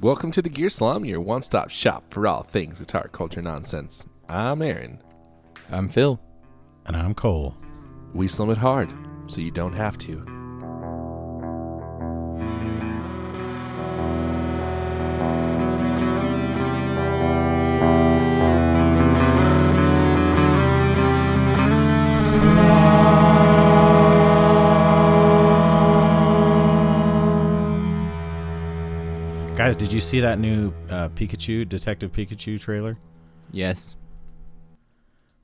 Welcome to the Gear Slum, your one stop shop for all things guitar culture nonsense. I'm Aaron. I'm Phil. And I'm Cole. We slum it hard, so you don't have to. Guys, did you see that new uh, Pikachu, Detective Pikachu trailer? Yes.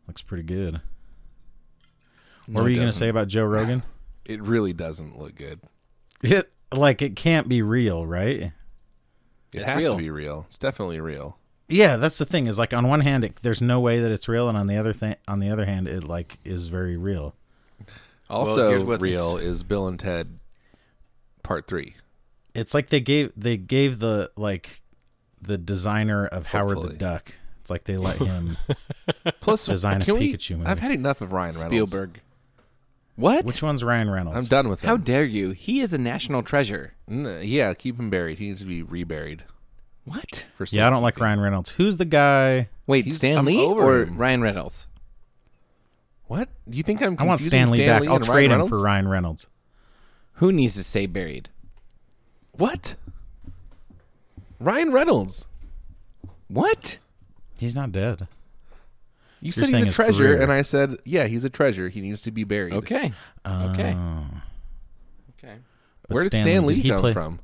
Looks pretty good. What were you going to say about Joe Rogan? It really doesn't look good. it, like, it can't be real, right? It It's has real. to be real. It's definitely real. Yeah, that's the thing. Is like on one hand, it, there's no way that it's real, and on the other thing, on the other hand, it like is very real. Also, here's what's- real is Bill and Ted Part 3. It's like they gave they gave the like the designer of Howard Hopefully. the Duck. It's like they let him. Plus, Design a can we, Pikachu movie. I've had enough of Ryan Reynolds. Spielberg. What? Which one's Ryan Reynolds? I'm done with him. How dare you? He is a national treasure. N- yeah, keep him buried. He needs to be reburied. What? For Yeah, I don't like safekeeping. Ryan Reynolds. Who's the guy? Wait, He's- Stan I'm Lee over or him. Ryan Reynolds? What? You think I'm? I want confusing Stanley Stan back. Lee I'll and Ryan trade him Reynolds? for Ryan Reynolds. Who needs to stay buried? What? Ryan Reynolds. What? He's not dead. You said he's saying a his treasure, career. and I said, yeah, he's a treasure. He needs to be buried. Okay. okay. Oh. Okay. But Where did Stan Stan, Lee, Lee did he come play- from?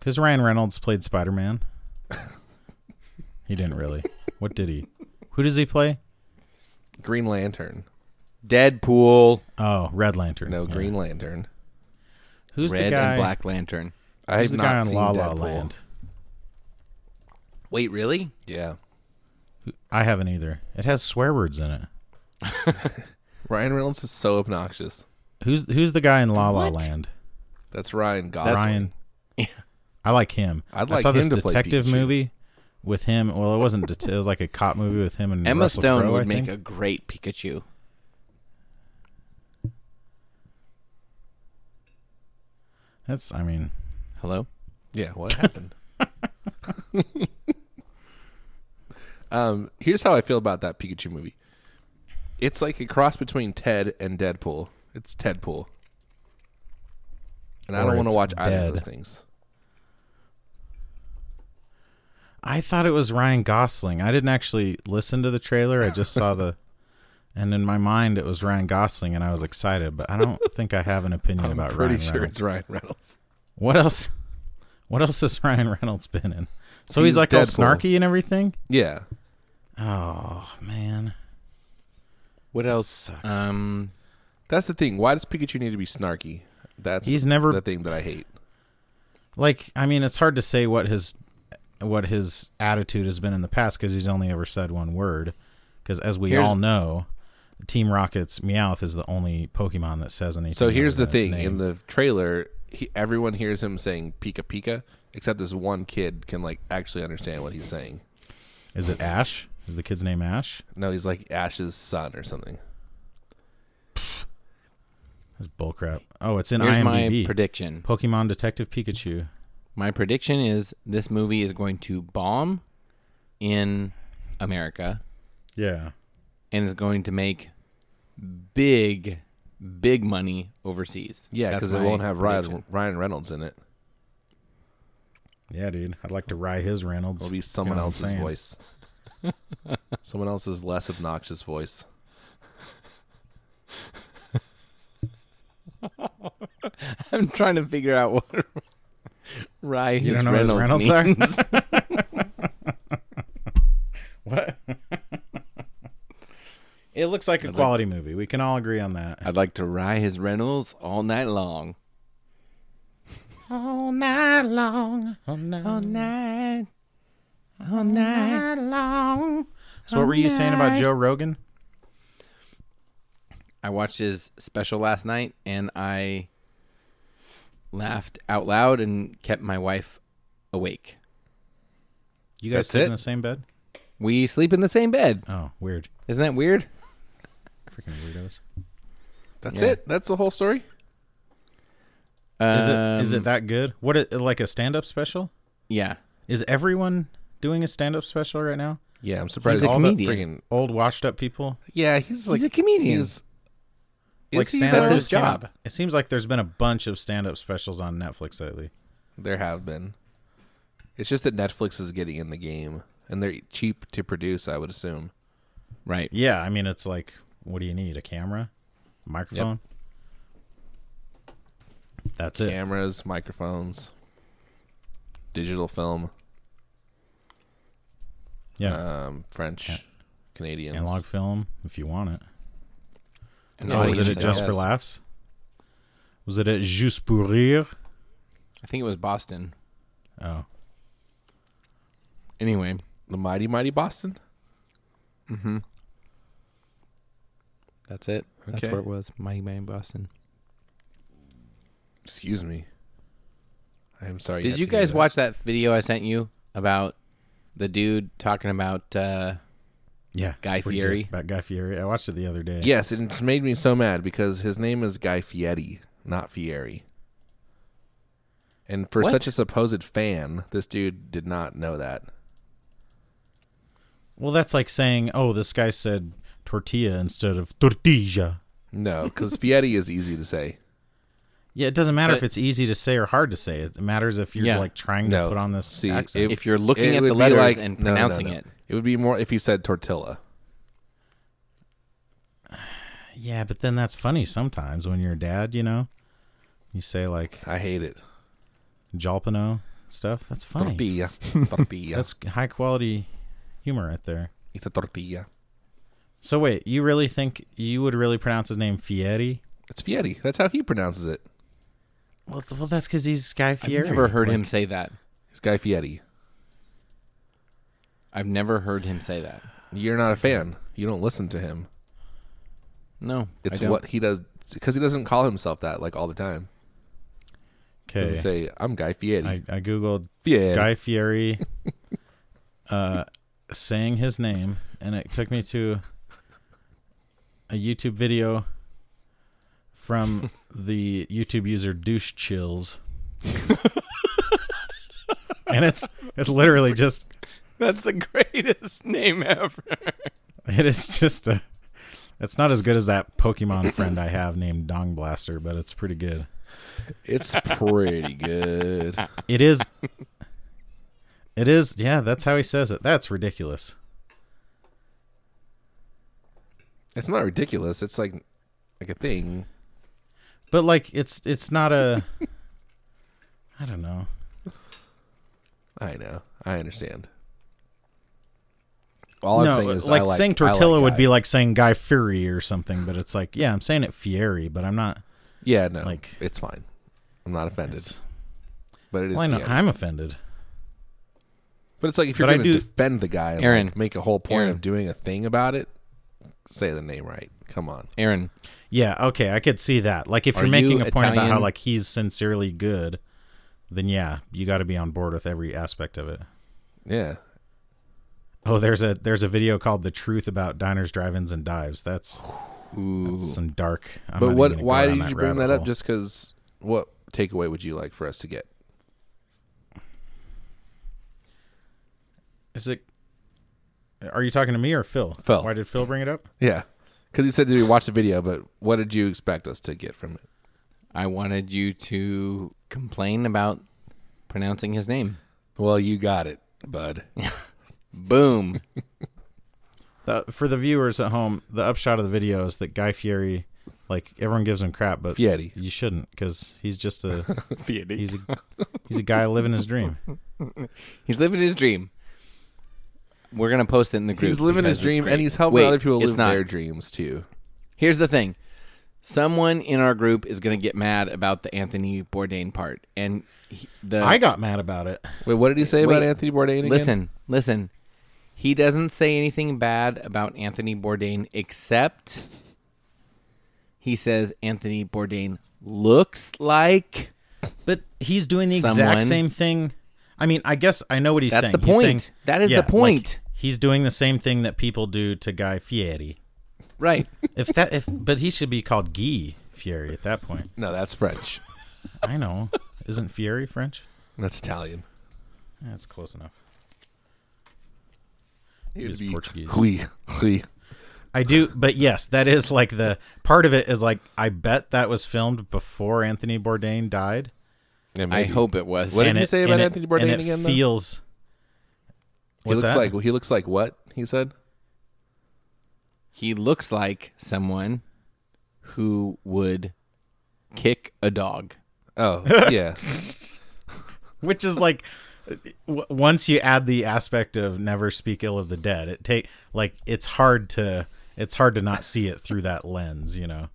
Because Ryan Reynolds played Spider Man. he didn't really. What did he? Who does he play? Green Lantern. Deadpool, Oh, Red Lantern. No, Yeah. Green Lantern. Who's the Red guy? and Black Lantern. I have Who's the not guy on seen La Deadpool. La Land? Wait, really? Yeah, I haven't either. It has swear words in it. Ryan Reynolds is so obnoxious. Who's Who's the guy in La La What? Land? That's Ryan Gosling. Ryan. Yeah. I like him. I'd I like saw this him to play detective Pikachu. movie with him. Well, it wasn't. Det- it was like a cop movie with him and Emma Russell Stone Crowe, I would make think. a great Pikachu. That's. I mean, Hello? Yeah, what happened? um, here's how I feel about that Pikachu movie. It's like a cross between Ted and Deadpool. It's Tedpool. And I Or don't want to it's watch either of dead. those things. I thought it was Ryan Gosling. I didn't actually listen to the trailer. I just saw the, and in my mind it was Ryan Gosling, and I was excited. But I don't think I have an opinion I'm about pretty Ryan sure Reynolds. it's Ryan Reynolds. What else? What else has Ryan Reynolds been in? So he's, He's like all Deadpool. snarky and everything. Yeah. Oh man, What else? sucks. Um That's the thing. Why does Pikachu need to be snarky? That's He's never- the thing that I hate. like I mean, it's hard to say what his what his attitude has been in the past because he's only ever said one word. Because as we Here's- all know, Team Rocket's Meowth is the only Pokemon that says anything. So here's other the than its thing: name. in the trailer, he, everyone hears him saying "Pika Pika," except this one kid can like actually understand what he's saying. Is it Ash? Is the kid's name Ash? No, he's like Ash's son or something. That's bullcrap. Oh, it's in here's my IMDb. prediction. Pokemon Detective Pikachu. My prediction is this movie is going to bomb in America Yeah. and is going to make big, big money overseas. Yeah, That's because it my won't have prediction. Ryan, Ryan Reynolds in it. Yeah, dude. I'd like to ride his Reynolds. It'll be someone You know what I'm else's saying? voice. someone else's less obnoxious voice. I'm trying to figure out what Ryan You don't know what Reynolds, his Reynolds means. What? it looks like a quality movie. We can all agree on that. I'd like to rye his Reynolds all night long. All night long. All night, All night. All night. long. So what were you saying about Joe Rogan? I watched his special last night and I laughed out loud and kept my wife awake. You guys That's sleep it? in the same bed? We sleep in the same bed. Oh, weird. Isn't that weird? Freaking weirdos. That's Yeah. it. That's the whole story. Is it is Um, it that good? What it like a stand up special? Yeah. Is everyone doing a stand-up special right now? Yeah, I'm surprised. He's a all that comedian. friggin' Old washed-up people. yeah, he's like a comedian. He's, like is he Sandler's though? his came job. out- It seems like there's been a bunch of stand-up specials on Netflix lately. There have been. It's just that Netflix is getting in the game, and they're cheap to produce. I would assume. Right. Yeah, I mean, it's like, what do you need? A camera, microphone. That's it. Cameras, microphones, digital film, Yeah, um, French, Canadians. analog film if you want it. And Yeah, Oh, what was do it you at think? Just for Yes. Laughs? Was it at Juste pour rire? I think it was Boston. Oh, Anyway, The mighty mighty Boston. that's it. That's Okay. where it was. Mighty Mighty Boston. Excuse me. I am sorry. Did had you to hear guys that. watch that video I sent you about the dude talking about uh, yeah. Guy it's pretty good. Fieri. About Guy Fieri. I watched it the other day. Yes, and it just made me so mad because his name is Guy Fieri, not Fieri. And for What? such a supposed fan, this dude did not know that. Well, that's like saying, oh, this guy said tortilla instead of tortilla. No, because Fieri is easy to say. Yeah, it doesn't matter if But- it's easy to say or hard to say. It matters if you're Yeah. like trying to No, put on this see, accent. it- if you're looking It at would the be letters like- and no, no, no, pronouncing no. it. It would be more if he said tortilla. yeah, but then that's funny sometimes when you're a dad, you know? You say like I hate it. jalapeno stuff. That's funny. Tortilla. Tortilla. That's high quality humor right there. it's a tortilla. So wait, you really think you would really pronounce his name Fieri? It's Fieri. That's how he pronounces it. Well, th- well, that's because he's Guy Fieri. I've never heard Like, him say that. It's Guy Fieri. I've never heard him say that. You're not a fan. You don't listen to him. No, I It's don't. what he does because he doesn't call himself that like all the time. He doesn't Okay, say I'm Guy Fieri. I, I googled Fieri. Guy Fieri uh, saying his name, and it took me to a YouTube video from the YouTube user Douche Chills, and it's it's literally just That's the greatest name ever. it is just a. It's not as good as that Pokemon friend I have named Dong Blaster, but it's pretty good. It's pretty good. It is. It is. Yeah, that's how he says it. That's ridiculous. It's not ridiculous. It's like like a thing. But like it's it's not a I don't know. I know. I understand. All I'm no, saying is like, I like saying I like tortilla would Guy. be like saying Guy Fury or something, but it's like, yeah, I'm saying it Fieri, but I'm not yeah no like- it's fine. I'm not offended, it's, but it is well, I know, Fieri. I'm offended. But it's like if you're But I going to do- defend the guy and Aaron. like, make a whole point Aaron. of doing a thing about it, say the name right. Come on. Aaron, Yeah, okay, I could see that. Like if Are you're making you a point about how Italian? like he's sincerely good, then yeah, you got to be on board with every aspect of it. Yeah. Oh, there's a there's a video called "The Truth About Diners, Drive-ins, and Dives." That's, that's some dark. I'm not but even what? gonna go Why down did you bring rabbit that up? hole. Just because? What takeaway would you like for us to get? Is it? Are you talking to me or Phil? Phil. Why did Phil bring it up? Yeah, because he said that we watched the video, but what did you expect us to get from it? I wanted you to complain about pronouncing his name. Well, you got it, bud. Boom. The, for the viewers at home, the upshot of the video is that Guy Fieri, like everyone gives him crap, but Fieri. you shouldn't because he's just a he's a he's a guy living his dream. He's living his dream. We're gonna post it in the group. He's living because his it's dream, great. and he's helping Wait, other people it's live not. their dreams too. Here's the thing. Someone in our group is going to get mad about the Anthony Bourdain part. And he, the I got mad about it. Wait, what did he say about Wait. Anthony Bourdain? Again? Listen, listen. He doesn't say anything bad about Anthony Bourdain except he says Anthony Bourdain looks like But he's doing the Someone- exact same thing. I mean, I guess I know what he's That's saying. the He's saying- point. That is the yeah, like, point. he's doing the same thing that people do to Guy Fieri. right. If that if but he should be called Guy Fieri at that point. no, that's French. I know. Isn't Fieri French? That's Italian. That's close enough. It would was be Portuguese. Hui, hui. I do, but yes, that is like the part of it is like I bet that was filmed before Anthony Bourdain died. Yeah, I maybe. hope it was. What- did And you it- say about and it- Anthony Bourdain and it again, though? Feels. He What's looks that? like he looks like what he said. He looks like someone who would kick a dog. Oh yeah, which is like w- once you add the aspect of never speak ill of the dead it take like it's hard to it's hard to not see it through that lens you know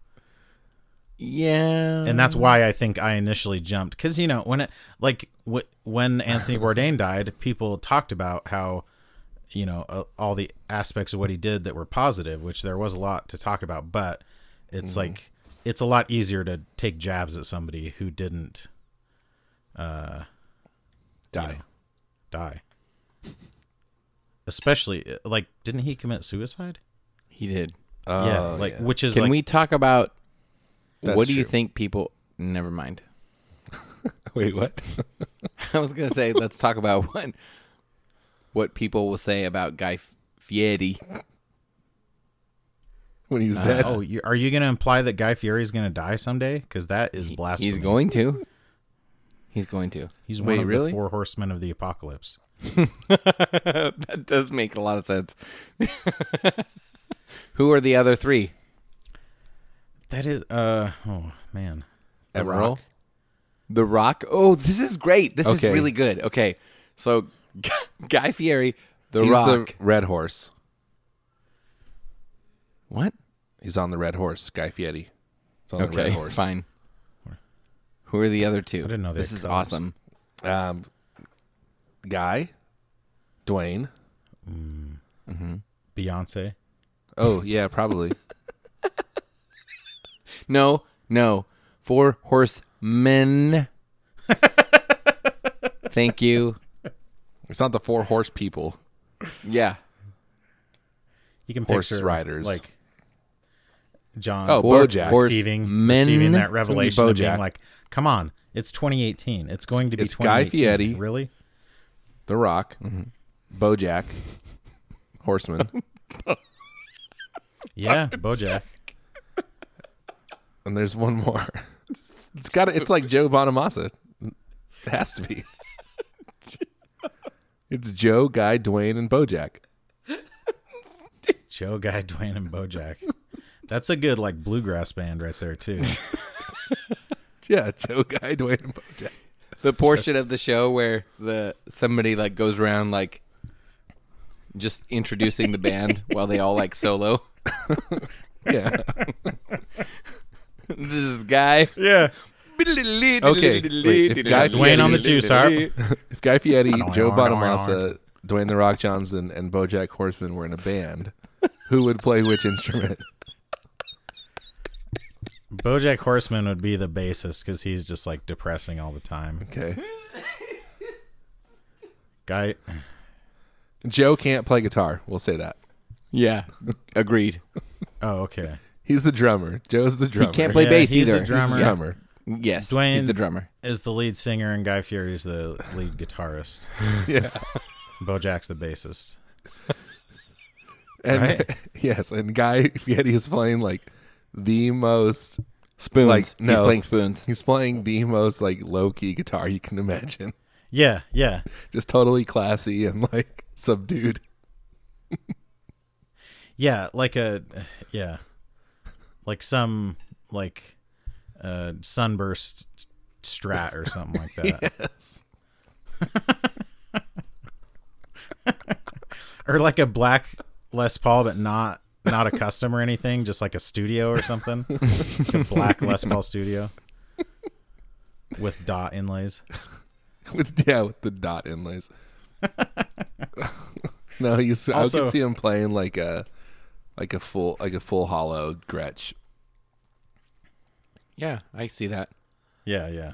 Yeah. and that's why i think i initially jumped because you know when it like w- when anthony bourdain died people talked about how you know uh, all the aspects of what he did that were positive which there was a lot to talk about but it's like it's a lot easier to take jabs at somebody who didn't die. die especially uh, like didn't he commit suicide he did. Oh, yeah, like which is Can like we talk about That's what do you true. think people never mind. Wait, what? I was going to say let's talk about what what people will say about Guy Fieri. when Uh, he's dead? oh, you, are you going to imply that Guy Fieri is going to die someday? Because that is blasphemy. He's going to. He's going to. He's one Wait, of really? the four horsemen of the apocalypse. That does make a lot of sense. Who are the other three? That is, uh, oh man, Emerald. The Rock. Oh, this is great. This Okay. is really good. Okay, so Guy Fieri, The he's Rock. the red horse. What? He's on the red horse. Guy Fieri. He's on the red Okay, horse. fine. Who are the other two? I didn't know they This is colours. awesome. Um, guy, Dwayne. Beyonce. Oh yeah, probably. No, no, four horsemen. Thank you. it's not the four horse people. Yeah. You can Horse picture riders. like John. Oh, Four Bojack. horse receiving men. receiving that It's gonna be revelation, of being Bojack. like, "Come on, it's 2018. It's going to be It's Guy 2018. Fieri. Really? The Rock, Mm-hmm. BoJack, Horseman, Yeah, Bojack. and there's one more. It's got. It's like Joe Bonamassa. It has to be. It's Joe, Guy, Dwayne, and BoJack. Joe, Guy, Dwayne, and Bojack. That's a good like bluegrass band right there too. Yeah, Joe, Guy, Dwayne, and BoJack. the portion of the show where the somebody like goes around like just introducing the band while they all like solo. Yeah. this is guy. yeah. Okay, wait, if Guy Dwayne on the juice harp. If Guy Fieri, Joe Bonamassa, Dwayne the Rock Johnson, and BoJack Horseman were in a band, who would play which instrument? Bojack Horseman would be the bassist because he's just like depressing all the time. Okay. Guy, Joe can't play guitar. We'll say that. Yeah, agreed. oh okay. He's the drummer. Joe's the drummer. Can't play Yeah, bass he's either. the drummer. He's the drummer. Yes, he's Dwayne's- the drummer. Is the lead singer and Guy Fieri is the lead guitarist. Yeah. Bojack's the bassist. And Right. yes, and Guy Fieri is playing like the most Spoons. Like, He's no. playing spoons. he's playing the most like low key guitar you can imagine. Yeah, yeah. Just totally classy and like subdued. Yeah, like a yeah. Like some like uh sunburst strat or something like that. Yes. Or like a black Les Paul but not not a custom or anything, just like a studio or something. Like a black Les Paul studio. With dot inlays. With yeah, with the dot inlays. no, he's I Also- could see him playing like a like a full like a full hollow Gretsch. Yeah, I see that. Yeah, yeah.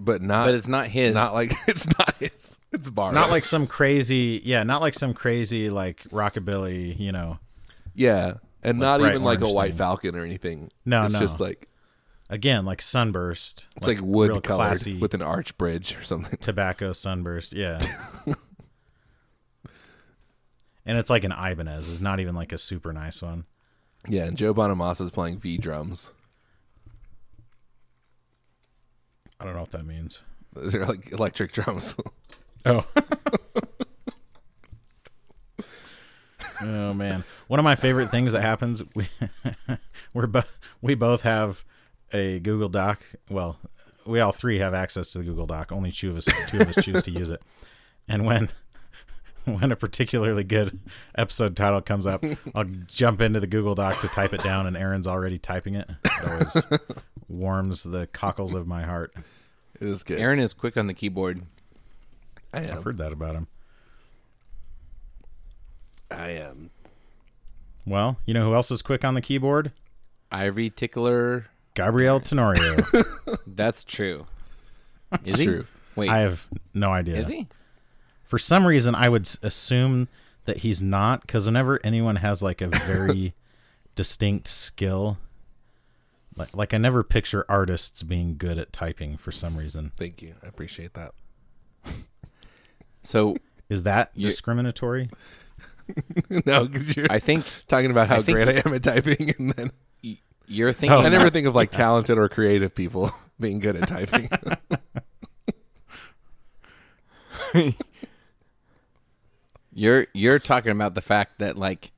But not But it's not his. not like it's not his it's bar. Not like some crazy yeah, not like some crazy like rockabilly, you know. Yeah. And not bright even like a orange white thing. falcon or anything. No, it's no. just like I Again, like sunburst. It's like, wood real colored classy with an arch bridge or something. tobacco sunburst. Yeah. and it's like an Ibanez. It's not even like a super nice one. Yeah, and Joe Bonamassa is playing V drums. I don't know what that means. Those are like electric drums. Oh. oh man, one of my favorite things that happens we we're bo- we both have a Google Doc. Well, we all three have access to the Google Doc. Only two of us two of us choose to use it. And when when a particularly good episode title comes up, I'll jump into the Google Doc to type it down, and Aaron's already typing it. It always warms the cockles of my heart. it was good. Aaron is quick on the keyboard. I am. I've heard that about him. I am. Well, you know who else is quick on the keyboard? Ivory tickler. Gabrielle Tenorio. That's true. Is It's he? true. Wait, I have no idea. is he? For some reason, I would s- assume that he's not because whenever anyone has like a very distinct skill, like like I never picture artists being good at typing for some reason. Thank you. I appreciate that. So Is that You- discriminatory? no, because you're I think talking about how I think- great I Oh, am at typing, and then y- you're thinking. I never that- think of like talented or creative people being good at typing. You're you're talking about the fact that like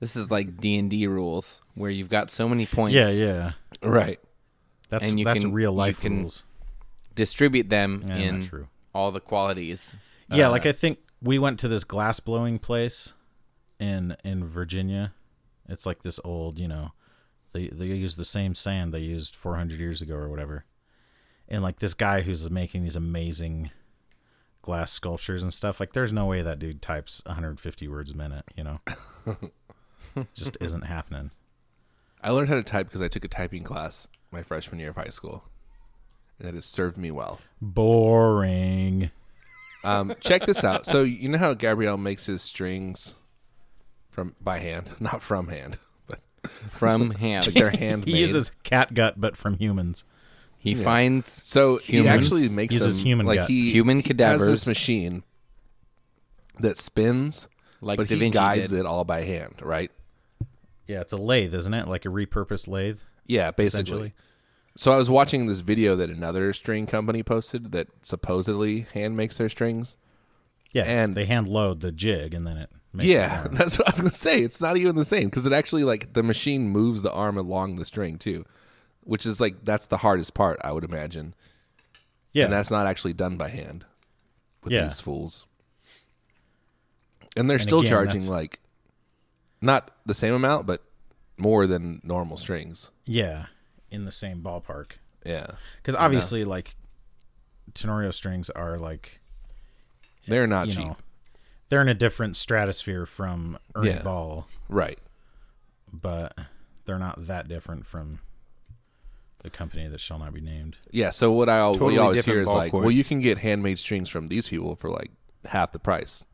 this is like D and D rules where you've got so many points. Yeah, yeah. right. That's And you that's can- real you life can- rules. Distribute them Yeah, in not true. all the qualities. yeah, Uh, like I think we went to this glass blowing place in in Virginia. It's like this old, you know, they they use the same sand they used 400 years ago or whatever. And like this guy who's making these amazing glass sculptures and stuff, like there's no way that dude types 150 words a minute, you know. Just isn't happening. I learned how to type because I took a typing class my freshman year of high school, and it has served me well. Boring. Um, check this out. So you know how Gabriel makes his strings from by hand, not from hand, but from hand. like they're handmade. He uses cat gut but from humans. he finds So he Humans. actually makes Uses them human like gut. he Human he Has cadavers. this machine that spins, Like but Da he Vinci guides did. it all by hand, right? Yeah, it's a lathe, isn't it? Like a repurposed lathe. Yeah, Essentially. basically. So I was watching this video that another string company posted that supposedly hand makes their strings. Yeah, And- they hand load the jig and then it makes yeah, it warm. that's what I was gonna say. It's not even the same because it actually like the machine moves the arm along the string too, which is like that's the hardest part I would imagine, yeah, and that's not actually done by hand with Yeah. these fools. And they're still again, charging that's- like not the same amount, but more than normal strings. yeah, in the same ballpark. Yeah, Because obviously, like Tenorio strings are like they're not you cheap, know they're in a different stratosphere from Ernie Yeah. Ball, right? but they're not that different from the company that shall not be named. Yeah. So what I al- what Totally you always different hear is ball like, court. well, you can get handmade strings from these people for like half the price,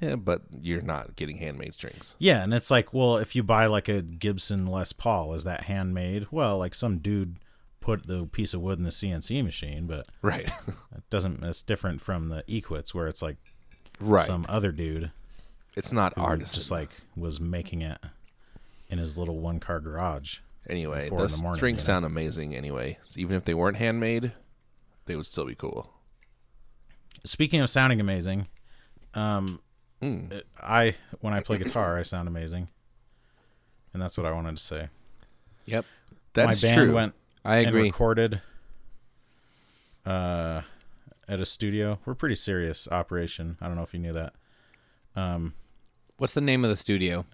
yeah, but you're not getting handmade strings. Yeah, and it's like, well, if you buy like a Gibson Les Paul, is that handmade? Well, like some dude put the piece of wood in the CNC machine, but Right. it doesn't. It's different from the Equits where it's like right. some other dude it's not who artists. just like was making it in his little one car garage. anyway, four in those the morning, strings you know? sound amazing anyway. So even if they weren't handmade, they would still be cool. Speaking of sounding amazing, um, Hmm. I when I play guitar, I sound amazing, and that's what I wanted to say. Yep. That's My band true. went I and agree. recorded uh, at a studio. We're a pretty serious operation. I don't know if you knew that. What's the name of the studio?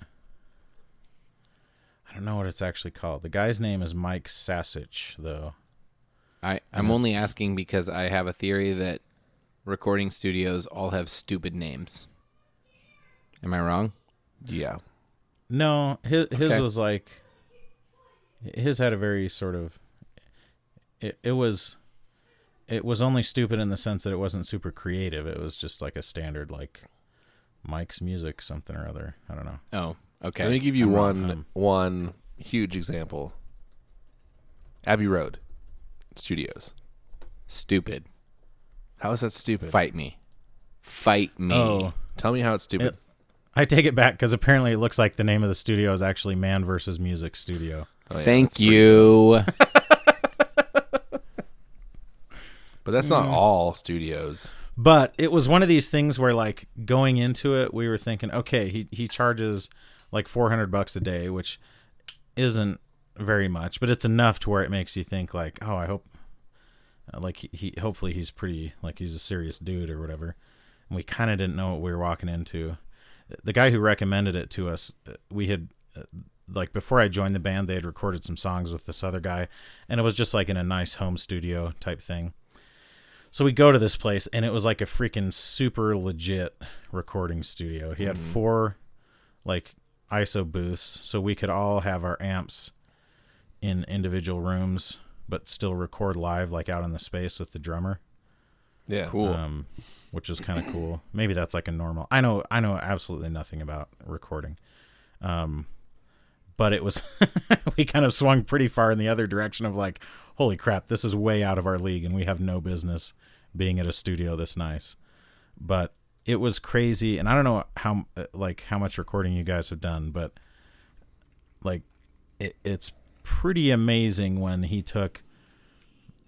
I don't know what it's actually called. The guy's name is Mike Sasich, though. I, I'm only asking because I have a theory that recording studios all have stupid names. Am I wrong? yeah. No, his his Okay. was like his had a very sort of it, it was it was only stupid in the sense that it wasn't super creative. It was just like a standard like Mike's music something or other. I don't know. Oh, okay. Let um, me give you one one huge example. Abbey Road. Studios. Stupid. How is that stupid? Fight me. Fight me. Oh, Tell me how it's stupid. It- I take it back because apparently it looks like the name of the studio is actually Man versus Music Studio. Oh, yeah, Thank that's pretty- you. But that's not all studios. But it was one of these things where, like, going into it, we were thinking, okay, he he charges like four hundred bucks a day, which isn't very much, but it's enough to where it makes you think, like, oh, I hope, uh, like, he, he hopefully he's pretty, like, he's a serious dude or whatever. And we kind of didn't know what we were walking into. The guy who recommended it to us, uh, we had uh, like before I joined the band, they had recorded some songs with this other guy, and it was just like in a nice home studio type thing. So we go to this place, and it was like a freaking super legit recording studio. He had four like ISO booths, so we could all have our amps in individual rooms, but still record live, like out in the space with the drummer Yeah. Cool. um, which is kind of cool. Maybe that's like a normal. I know, I know absolutely nothing about recording, um, but it was we kind of swung pretty far in the other direction of like, holy crap, this is way out of our league, and we have no business being at a studio this nice. But it was crazy, and I don't know how uh, like how much recording you guys have done, but like it, it's pretty amazing when he took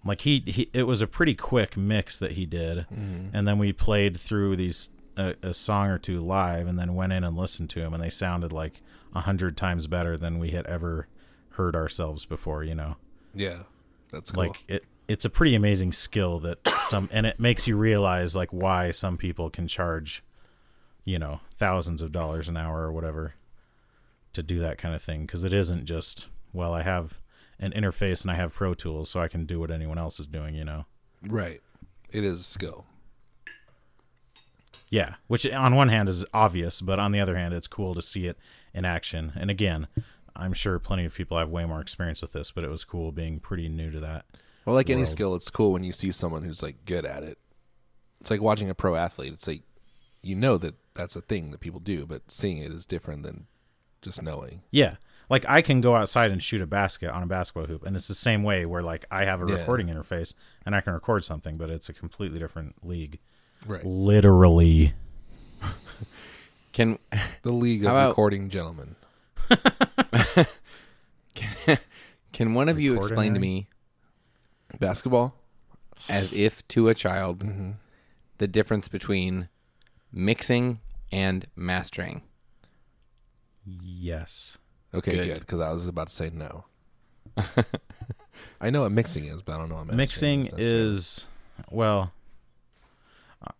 like he, he it was a pretty quick mix that he did and then we played through these a, a song or two live and then went in and listened to him and they sounded like a hundred times better than we had ever heard ourselves before you know Yeah. That's cool. like it it's a pretty amazing skill that some and it makes you realize like why some people can charge you know thousands of dollars an hour or whatever to do that kind of thing because it isn't just well i have an interface and i have pro tools so i can do what anyone else is doing you know right. It is a skill. Yeah, which on one hand is obvious, but on the other hand, it's cool to see it in action. And again, I'm sure plenty of people have way more experience with this, but it was cool being pretty new to that. Well, like any skill, it's cool when you see someone who's like good at it. It's like watching a pro athlete. It's like you know that that's a thing that people do, but seeing it is different than just knowing. Yeah, like I can go outside and shoot a basket on a basketball hoop, and it's the same way where like I have a Yeah. recording interface and I can record something, but it's a completely different league. Right. Literally. Can The League of How about- Recording Gentlemen. can one of you Recording explain to area? me Basketball? as if to a child the difference between mixing and mastering? Yes. Okay, good. Because I was about to say no. I know what mixing is, but I don't know what mastering Mixing That's- is well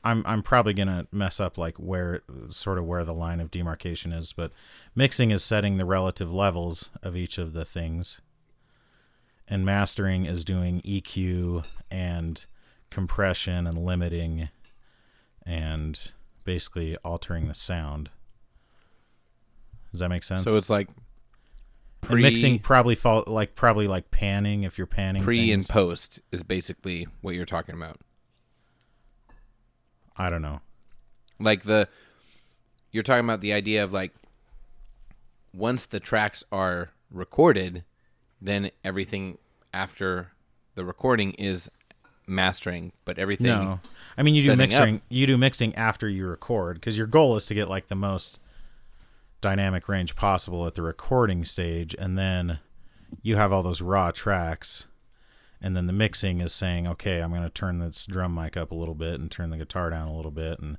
I'm I'm probably going to mess up like where sort of where the line of demarcation is, but mixing is setting the relative levels of each of the things. And mastering is doing EQ and compression and limiting and basically altering the sound. Does that make sense? So it's like and pre mixing probably fall like probably like panning if you're panning pre and things. post is basically what you're talking about. I don't know. like the you're talking about the idea of like once the tracks are recorded then everything after the recording is mastering but everything No, I mean you do setting up. mixing. You do mixing after you record because your goal is to get like the most dynamic range possible at the recording stage, and then you have all those raw tracks, and then the mixing is saying, okay, I'm going to turn this drum mic up a little bit and turn the guitar down a little bit, and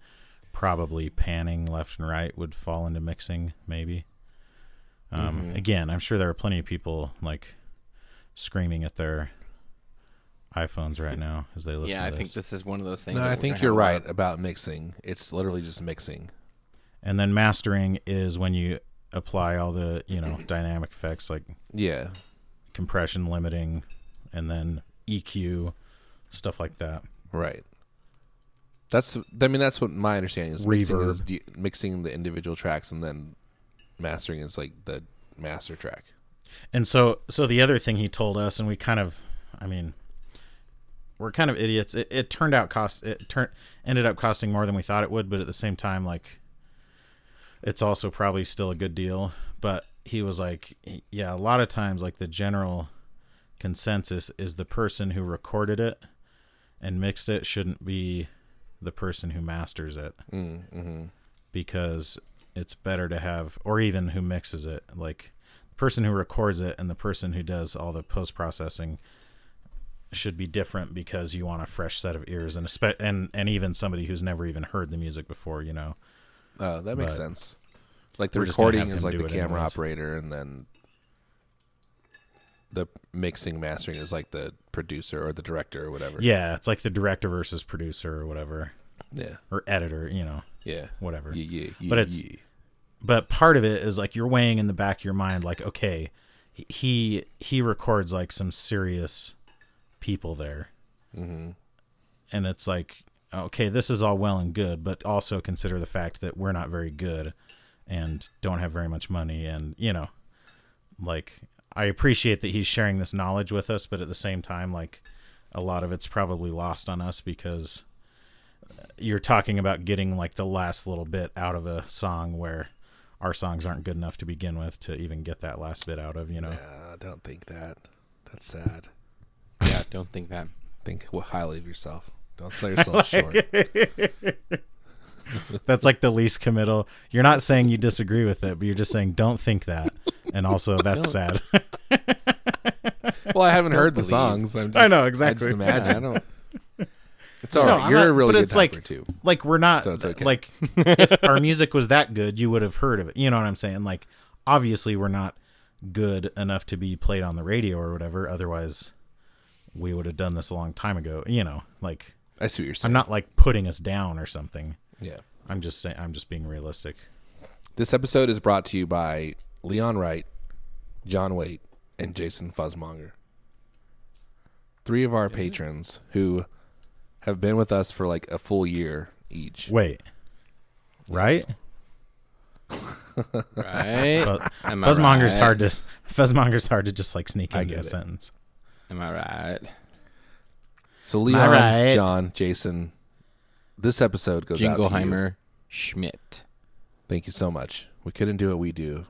probably panning left and right would fall into mixing maybe. Um, Mm-hmm. Again, I'm sure there are plenty of people like screaming at their iPhones right now as they listen. yeah to i this. think this is one of those things No, that I we're think gonna you're have a lot right about mixing. It's literally just mixing. And then mastering is when you apply all the, you know, dynamic effects like Yeah. compression limiting and then EQ stuff like that. Right. That's I mean that's what my understanding is. Mixing is de- mixing the individual tracks and then mastering is like the master track. And so so the other thing he told us and we kind of I mean we're kind of idiots. It, it turned out cost it turned ended up costing more than we thought it would, but at the same time like it's also probably still a good deal, but he was like yeah, a lot of times like the general consensus is the person who recorded it and mixed it shouldn't be the person who masters it because it's better to have or even who mixes it like the person who records it and the person who does all the post processing should be different because you want a fresh set of ears and espe- and and even somebody who's never even heard the music before you know Uh, that makes But sense. Like the we're just gonna recording have is him like do the it camera anyways. operator, and then the mixing mastering is like the producer or the director or whatever. yeah it's like the director versus producer or whatever yeah, or editor you know yeah. whatever Yeah, yeah, yeah, But it's- yeah. but part of it is like you're weighing in the back of your mind like okay he he records like some serious people there mm-hmm. and it's like okay this is all well and good but also consider the fact that we're not very good and don't have very much money and you know like i appreciate that he's sharing this knowledge with us but at the same time like a lot of it's probably lost on us because you're talking about getting like the last little bit out of a song where our songs aren't good enough to begin with to even get that last bit out of, you know. Nah, I don't think that. That's sad. Yeah, don't think that. Think well, highly of yourself. Don't sell yourself short. That's like the least committal. You're not saying you disagree with it, but you're just saying don't think that. And also that's sad. Well, I haven't heard the believe- songs. I'm just, I know, I exactly. just imagine. I don't. It's all No, right. I'm You're not- a really but good it's like- hyper too. like we're not So it's okay. like if our music was that good, you would have heard of it. You know what I'm saying? Like obviously we're not good enough to be played on the radio or whatever, otherwise we would have done this a long time ago, you know. Like I see what you're saying. I'm not like putting us down or something. yeah. I'm just saying. I'm just being realistic. This episode is brought to you by Leon Wright, John Waite, and Jason Fuzzmonger. Three of our patrons who have been with us for like a full year each. Wait, right? Right? But Am I Fuzzmonger's right? hard to Fuzzmonger's hard to just like sneak I into a get it. sentence. Am I right? So Leon, Alright. John, Jason, this episode goes out to you. Jingleheimer Schmidt. Thank you so much. We couldn't do what we do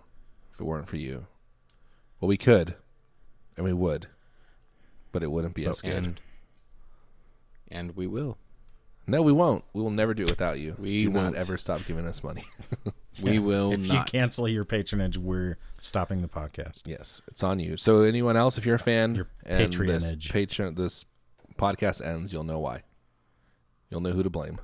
if it weren't for you. Well, we could, and we would, but it wouldn't be as good. And, and we will. no, we won't. We will never do it without you. We do not won't. ever stop giving us money. We will If you not. cancel your patronage, we're stopping the podcast. Yes, it's on you. So anyone else, if you're a fan, Your and this patronage. patron, this podcast ends, you'll know why. You'll know who to blame.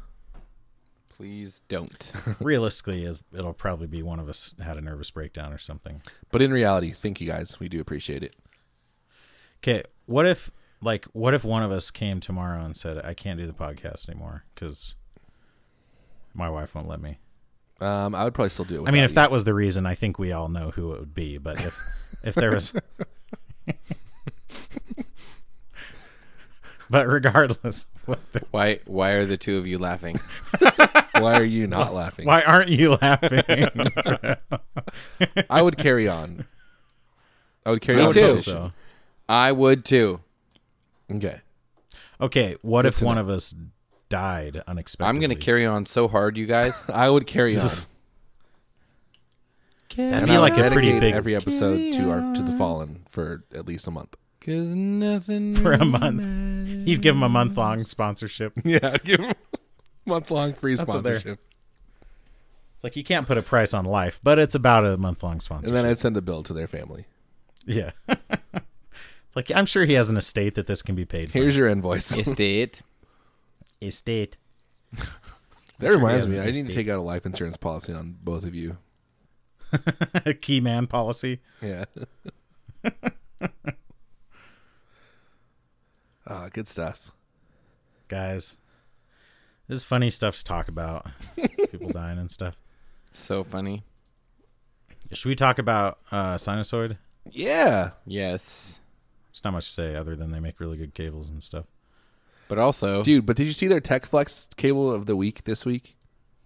Please don't. Realistically, it- it'll probably be one of us had a nervous breakdown or something. But in reality, thank you guys. We do appreciate it. Okay, what if like what if one of us came tomorrow and said, "I can't do the podcast anymore because my wife won't let me." Um, I would probably still do it. I mean, without if that was the reason, I think we all know who it would be. But if if there was, but regardless, what the- Why? Why are the two of you laughing? you. why are you not laughing? why aren't you laughing? I would carry on. I would carry Me on. too. with the so, I would too. issue. Okay. okay, what if to one of us died unexpectedly? I'm gonna carry on so hard, you guys. I would carry on. That'd And be I like would a pretty dedicate big every episode to our to the fallen for at least a month. Cause nothing for a month. You'd give them a month long sponsorship. Yeah, I'd give month long free what they're- sponsorship, It's like you can't put a price on life, but it's about a month long and sponsorship. then I'd send a bill to their family. yeah. it's like I'm sure he has an estate that this can be paid for. Here's your invoice. estate. estate. That reminds he me, has I an need to estate. take out a life insurance policy on both of you. key man policy. Yeah. Ah, good stuff. guys. This is funny stuff to talk about. People dying and stuff. So funny. Should we talk about uh, Sinusoid? Yeah. Yes. There's not much to say other than they make really good cables and stuff. But also, Dude, but did you see their Tech Flex cable of the week this week?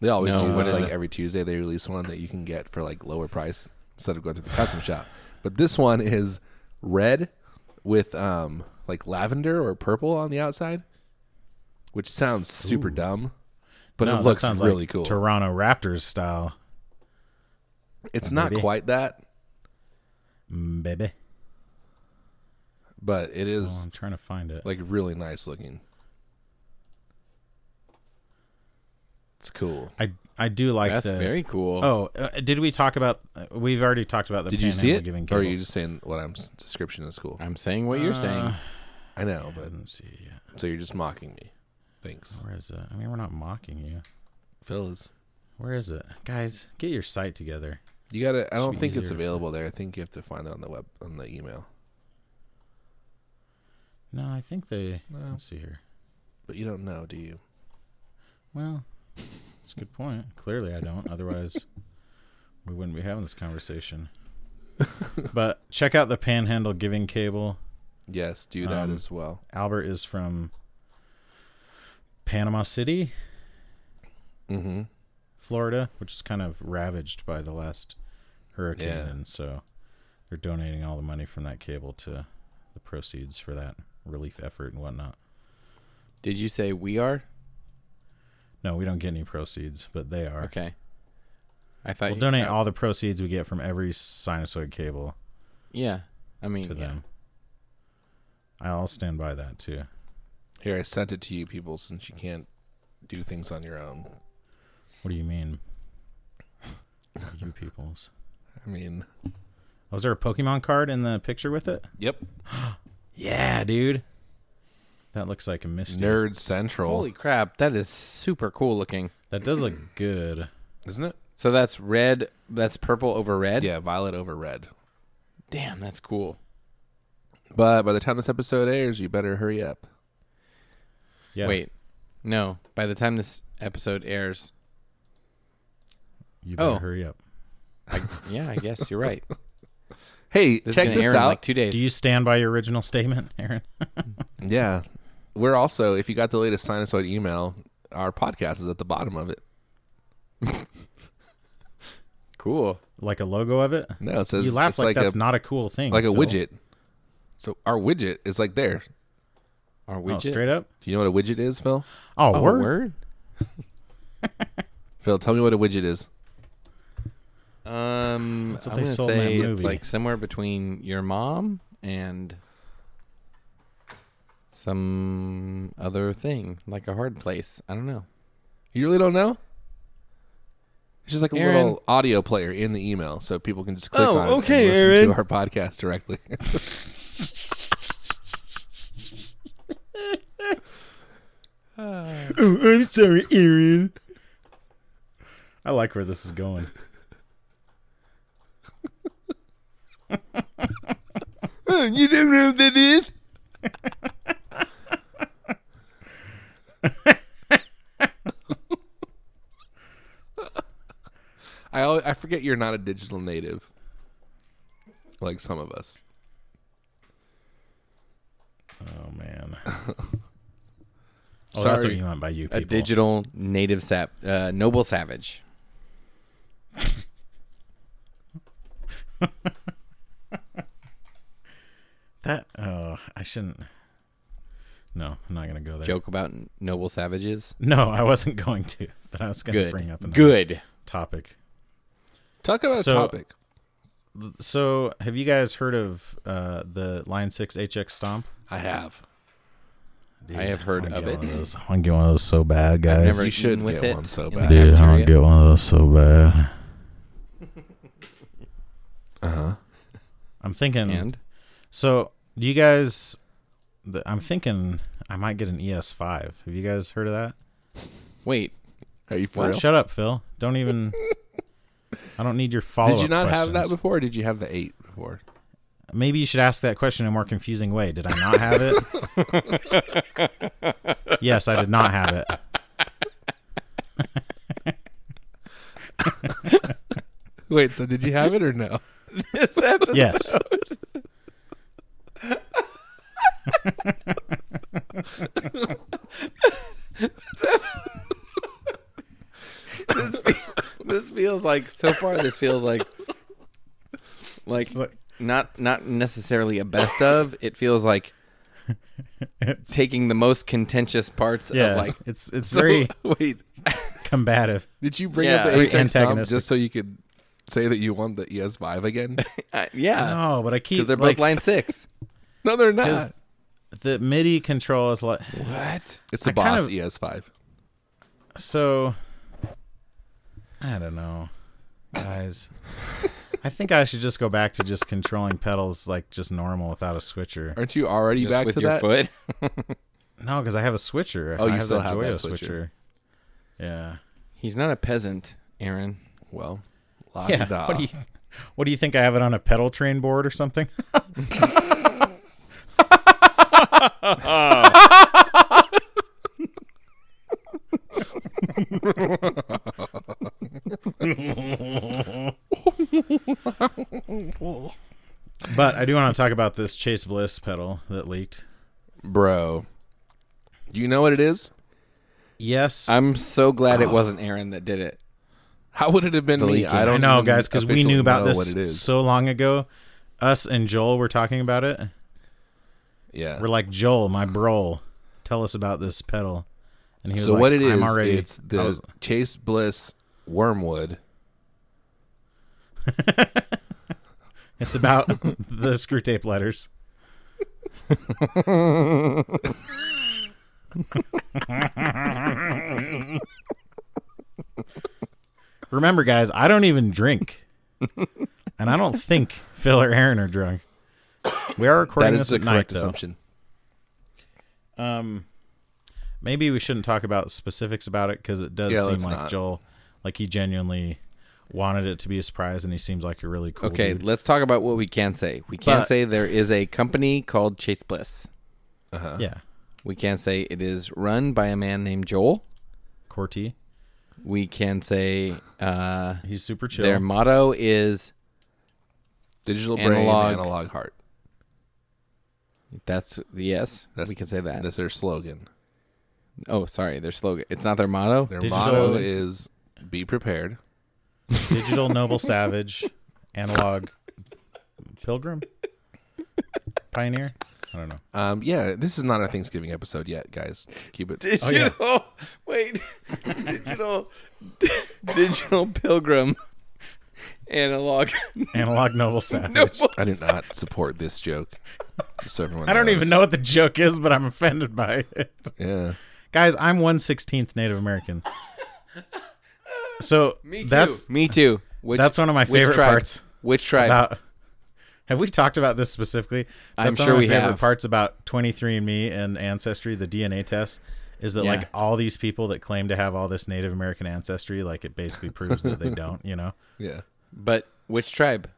They always No, do what this is like it? every Tuesday they release one that you can get for like lower price instead of going through the custom shop. But this one is red with um like lavender or purple on the outside. Which sounds super dumb. But No, it that looks sounds really like cool. Toronto Raptors style, it's not maybe. quite that. mm, baby. but it Oh, is I'm trying to find it. like really nice looking. It's cool. I I do like That's the. very cool. Oh, uh, did we talk about? uh, we've already talked about the. Did you see Panhandle it, Giving or are Cable. you just saying what I'm s- description is cool? I'm saying what you're saying. Uh, I know, but Let's see. yeah. so you're just mocking me. Thanks, Where is it? I mean, we're not mocking you. fellas. Where is it, guys? Get your site together. You gotta. I don't be think it's easier. available there. I think you have to find it on the web on the email. No, I think they. No. Let's see here. But you don't know, do you? Well, that's a good point. Clearly, I don't. Otherwise, we wouldn't be having this conversation. but check out the Panhandle Giving Cable. Yes, do that Um, as well. Albert is from Panama City, Mm-hmm. Florida, which is kind of ravaged by the last hurricane, Yeah. and so they're donating all the money from that cable to the proceeds for that relief effort and whatnot. Did you say we are? No, we don't get any proceeds, but they are. Okay. I thought We'll you- donate uh, all the proceeds we get from every sinusoid cable Yeah. I mean, to yeah. them. I'll stand by that too. Here, I sent it to you, people, since you can't do things on your own. What do you mean? you peoples. I mean, Was there a Pokemon card in the picture with it? yep, Yeah, dude. That looks like a Misty. Nerd Central, Holy crap, that is super cool looking. That does look good. isn't it? So that's red, that's purple over red. Yeah, violet over red. Damn, that's cool. But by the time this episode airs, you better hurry up. Yeah. Wait. No, by the time this episode airs, You better Oh. hurry up. I, yeah, I guess you're right. Hey, This check is gonna this air in out. like two days. Do you stand by your original statement, Aaron? yeah, we're also if you got the latest sinusoid email, our podcast is at the bottom of it. cool. like a logo of it? No, it says You laugh it's like, like, that's a not a cool thing. like a Phil. widget. So our widget is like there. Our Oh, widget. straight up? Do you know what a widget is, Phil? Oh, Oh, word? word? Phil, tell me what a widget is. Um, That's what I'm they gonna sold in that say it's movie. like somewhere between your mom and some other thing, like a hard place. I don't know. You really don't know? It's just like a Aaron. little audio player in the email, so people can just click Oh, on it okay, and listen Aaron. to our podcast directly. Oh, I'm sorry, Aaron. I like where this is going. Uh, you don't know what that is? I always, I forget you're not a digital native, like some of us. Oh man. oh, that's what Sorry. you meant by you people. A digital native sap, uh, noble savage. That oh, I shouldn't. No, I'm not gonna go there. Joke about noble savages. No, I wasn't going to, but I was gonna Good. bring up another Good. topic. Talk about So- a topic. So, have you guys heard of uh, the Line Six HX Stomp? I have. I have heard wanna of get it. one those- I want to get one of those so bad, guys. never you eaten should with get it one so in the bad. Dude, I want cafeteria? to get one of those so bad. Uh huh. I'm thinking. And So, do you guys? The, I'm thinking I might get an ES5. Have you guys heard of that? wait, Are you for What? real? Shut up, Phil. Don't even. I don't need your follow. Did you not have that before? or Did you have the eight before? Maybe you should ask that question in a more confusing way. Did I not have it? yes, I did not have it. Wait, so did you have it or no? this episode. Yes. this, fe- this feels like so far this feels like like like- not not necessarily a best of it feels like taking the most contentious parts Yeah. of like it's it's So- very wait, combative. did you bring Yeah. up the eight X Stomp Antagonistic. just so you could say that you won the ES five again? uh, yeah No, but I keep because they're like, both line six No, they're Because not. the MIDI control is like What? It's the I kind Boss E of- ES5. so. I don't know, guys. I think I should just go back to just controlling pedals like just normal without a switcher. Aren't you already Just back with to your that? foot? No, because I have a switcher. Oh, you I have still that have Joyo that switcher. Yeah. He's not a peasant, Aaron. Well, la Yeah. da. What do you What do you think? I have it on a pedal train board or something? but I do want to talk about this Chase Bliss pedal that leaked. Bro, do you know what it is? Yes, I'm so glad it wasn't Aaron that did it. How would it have been me? Deleting. I I don't know, even guys, because we officially knew about know this What it is? so long ago. Us and Joel were talking about it. yeah. We're like, Joel, my bro, tell us about this pedal. And he was So like, what it is? I'm already, It's the I was- Chase Bliss Wormwood. it's about the screw tape letters. Remember, guys, I don't even drink, and I don't think Phil or Aaron are drunk. We are recording That is this the at night, correct though. assumption. maybe we shouldn't talk about specifics about it because it does Yeah, seem let's like not. Joel, like he genuinely wanted it to be a surprise, and he seems like a really cool. Okay, Oh, dude. let's talk about what we can say. We can't But- say there is a company called Chase Bliss. yeah, We can say it is run by a man named Joel. Corti, We can say uh, he's super chill. their motto is Digital Analog. brain, analog heart. that's yes. That's- we can say that. That's their slogan. Oh, sorry, their slogan. It's not their motto. Their Digital- motto is "Be prepared." Digital noble savage, analog pilgrim, pioneer. I don't know. Um, yeah, this is not our Thanksgiving episode yet, guys. Keep it. Oh, digital wait digital digital pilgrim analog Analog noble savage. I do not support this joke. Just so everyone I don't knows. even know what the joke is, but I'm offended by it. Yeah. Guys, I'm one sixteenth Native American. So me too that's me too which, that's one of my which favorite tribe? parts. which tribe about have we talked about this specifically? I'm That's one sure of my we favorite have. parts about 23andMe and Ancestry, the DNA test, is that Yeah. like all these people that claim to have all this Native American ancestry, like it basically proves that they don't, you know? Yeah. but which tribe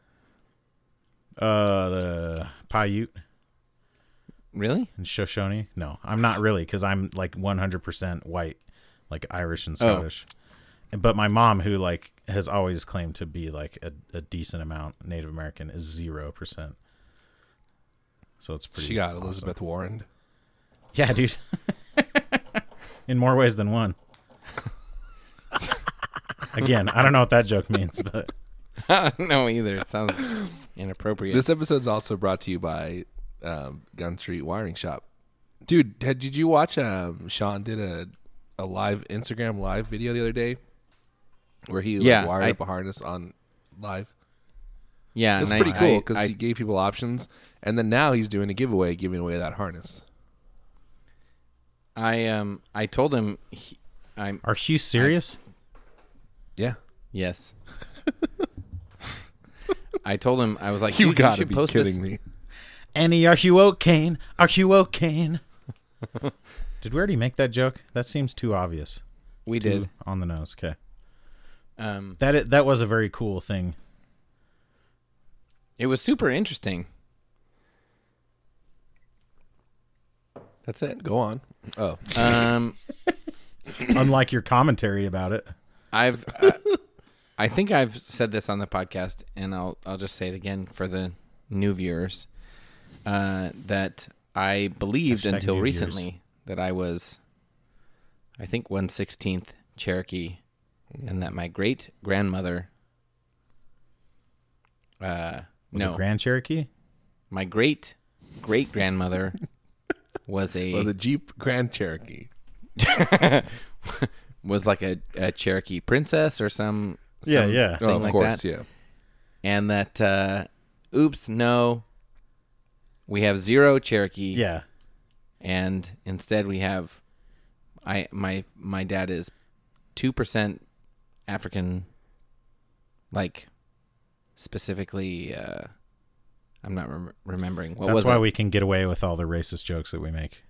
Uh, the Paiute really and Shoshone. No, I'm not really because I'm like 100% white, like Oh. Irish and Scottish. But my mom, who like has always claimed to be like a, a decent amount Native American, is zero percent. So it's pretty. She got Elizabeth Warren. Yeah, dude. In more ways than one. Again, I don't know what that joke means, but i don't know either it sounds inappropriate This episode's also brought to you by um, Gun Street Wiring Shop. Dude, had, did you watch? Um, Sean did a a live Instagram live video the other day where he like, Yeah, wired I- up a harness on live. yeah It's and I- pretty cool I- because I- he gave people options, and then now he's doing a giveaway, giving away that harness. I, um i told him he, i'm are you serious? Yeah, yes I told him I was like, you "Dude, gotta should be post this." kidding me. Any are you okay? Are you okay? Did we already make that joke? That seems too obvious. We Too did. on the nose. Okay, Mm-hmm. Um, that i- that was a very cool thing. It was super interesting. That's it. Go on. Oh, Um, Unlike your commentary about it. I've, uh, I think I've said this on the podcast, and I'll I'll just say it again for the new viewers, uh, that I believed Hashtag until new viewers. recently that I was, I think one sixteenth Cherokee, and that my great grandmother, uh, Was no, it Grand Cherokee? my great great grandmother was a well, the Jeep Grand Cherokee. was like a, a Cherokee princess or some, some Yeah, yeah. Oh, thing of like course, that. yeah. and that uh oops no we have zero Cherokee, Yeah. and instead we have, I my my dad is two percent African, like specifically. Uh, I'm not rem- remembering what That's was why it? we can get away with all the racist jokes that we make.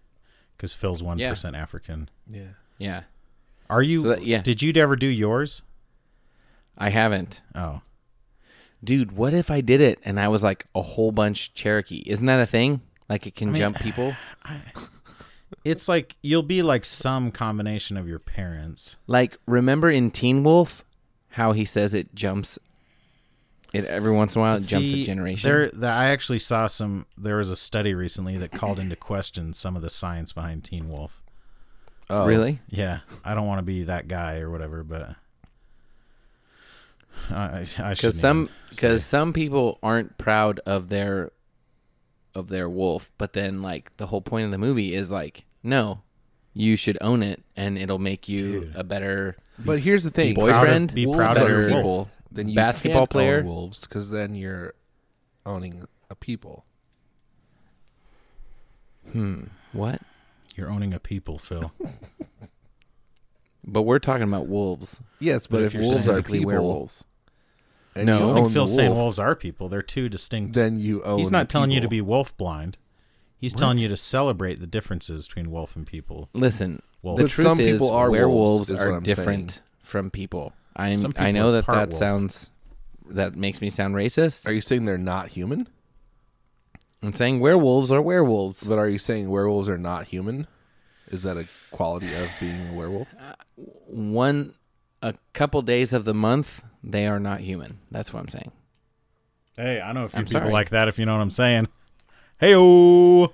Because Phil's 1% African. Yeah. yeah, Are you? So that- yeah. Did you ever do yours? I haven't. Oh. Dude, what if I did it and I was like a whole bunch Cherokee? Isn't that a thing? Like it can mean- jump people? It's like you'll be like some combination of your parents. Like remember in Teen Wolf how he says it jumps it every once in a while it jumps See, a generation. There, the, I actually saw some. There was a study recently that called into question some of the science behind Teen Wolf. Oh, Really? Yeah, I don't want to be that guy or whatever, but I, I should. Cuz some cuz some people aren't proud of their of their wolf, but then like the whole point of the movie is like no, you should own it and it'll make you a better But here's the thing: Boy- boyfriend, be wolves proud of are better your people wolf. than you Basketball can't own player. wolves because then you're owning a people. what? You're owning a people, Phil. But we're talking about wolves. Yes, but, But if, if you're wolves are specifically people werewolves. and No. you I I own don't think the Phil's saying wolf, wolves are people. They're two distinct. then you own. He's not the telling you to people. be wolf blind. He's telling you to celebrate the differences between wolf and people. Listen, Well, the But truth some is people are wolves, werewolves is what are I'm different from people. I Some I people know are that part that wolf. sounds that makes me sound racist. Are you saying they're not human? I'm saying werewolves are werewolves. But are you saying werewolves are not human? Is that a quality of being a werewolf? One a couple days of the month they are not human. That's what I'm saying. Hey, I know a few I'm people sorry. like that if you know what I'm saying. Hey oh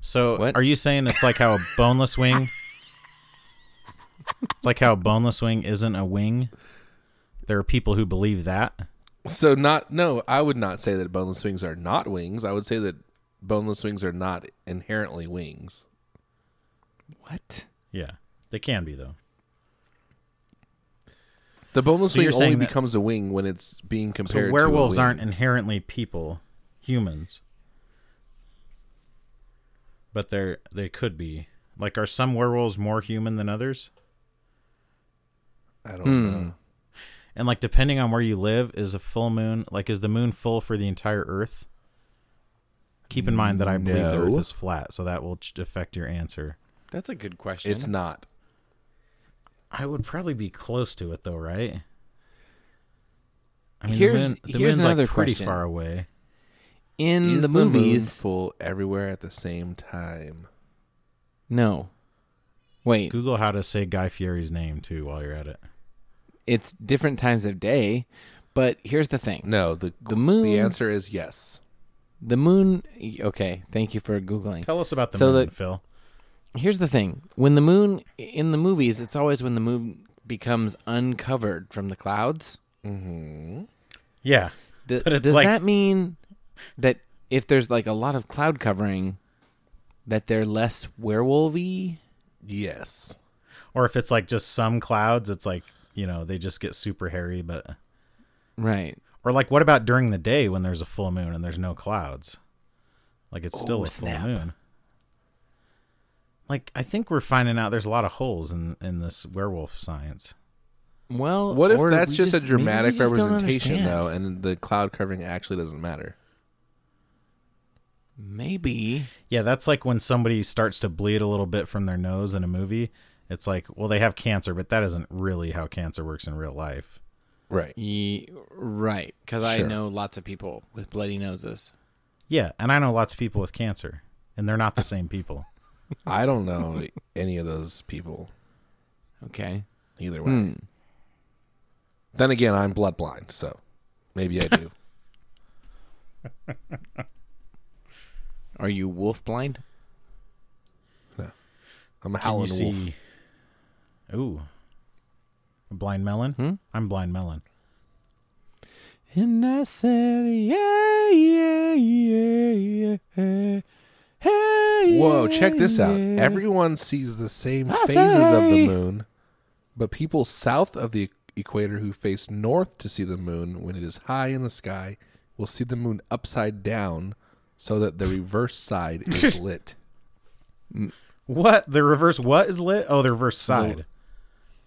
So What? are you saying it's like how a boneless wing It's like how a boneless wing isn't a wing? There are people who believe that. So not no, I would not say that boneless wings are not wings. I would say that boneless wings are not inherently wings. What? Yeah. They can be though. The boneless So wing you're only saying that- becomes a wing when it's being So compared werewolves to a wing. aren't inherently people, humans. But they're they could be. Like are some werewolves more human than others? I don't Hmm. know. And like depending on where you live, is a full moon like is the moon full for the entire Earth? Keep in mind that I believe the No. Earth is flat, so that will ch- affect your answer. That's a good question. It's not. I would probably be close to it though, right? I mean, Here's- the, moon, the here's moon's like another pretty question. far away. in Is Hmm, the moon movies. full everywhere at the same time? no. Wait, Google how to say Guy Fieri's name too while you're at it. it's different times of day, but here's the thing. No, the The moon The answer is yes. the moon okay, thank you for googling. Tell us about the So moon, the- Phil. here's the thing when the moon in the movies it's always when the moon becomes uncovered from the clouds Yeah, D- But it's does like- that mean that if there's like a lot of cloud covering that they're less werewolvy Yes. or if it's like just some clouds, it's like you know they just get super hairy. But right or like what about during the day when there's a full moon and there's no clouds? Like it's still Oh, a snap. full moon. Like I think we're finding out there's a lot of holes in in this werewolf science. well What if or that's we just, a maybe we dramatic just don't representation, understand. though, and the cloud covering actually doesn't matter? maybe Yeah, that's like when somebody starts to bleed a little bit from their nose in a movie. It's like, well, they have cancer, but that isn't really how cancer works in real life. Right. Ye- right because i Sure. know lots of people with bloody noses Yeah, and I know lots of people with cancer, and they're not the same people. I don't know any of those people okay either way. Hmm. Then again, I'm blood blind, so maybe I do. are you wolf blind I'm a Can howling you wolf. see- Ooh. A blind melon? I'm blind melon. And I said, yeah, yeah, yeah, yeah. Hey, Whoa, yeah, check this out. yeah. Everyone sees the same I phases of the say- moon, but people south of the equator who face north to see the moon when it is high in the sky will see the moon upside down so that the reverse side is lit. What the reverse? What is lit? Oh, the reverse side.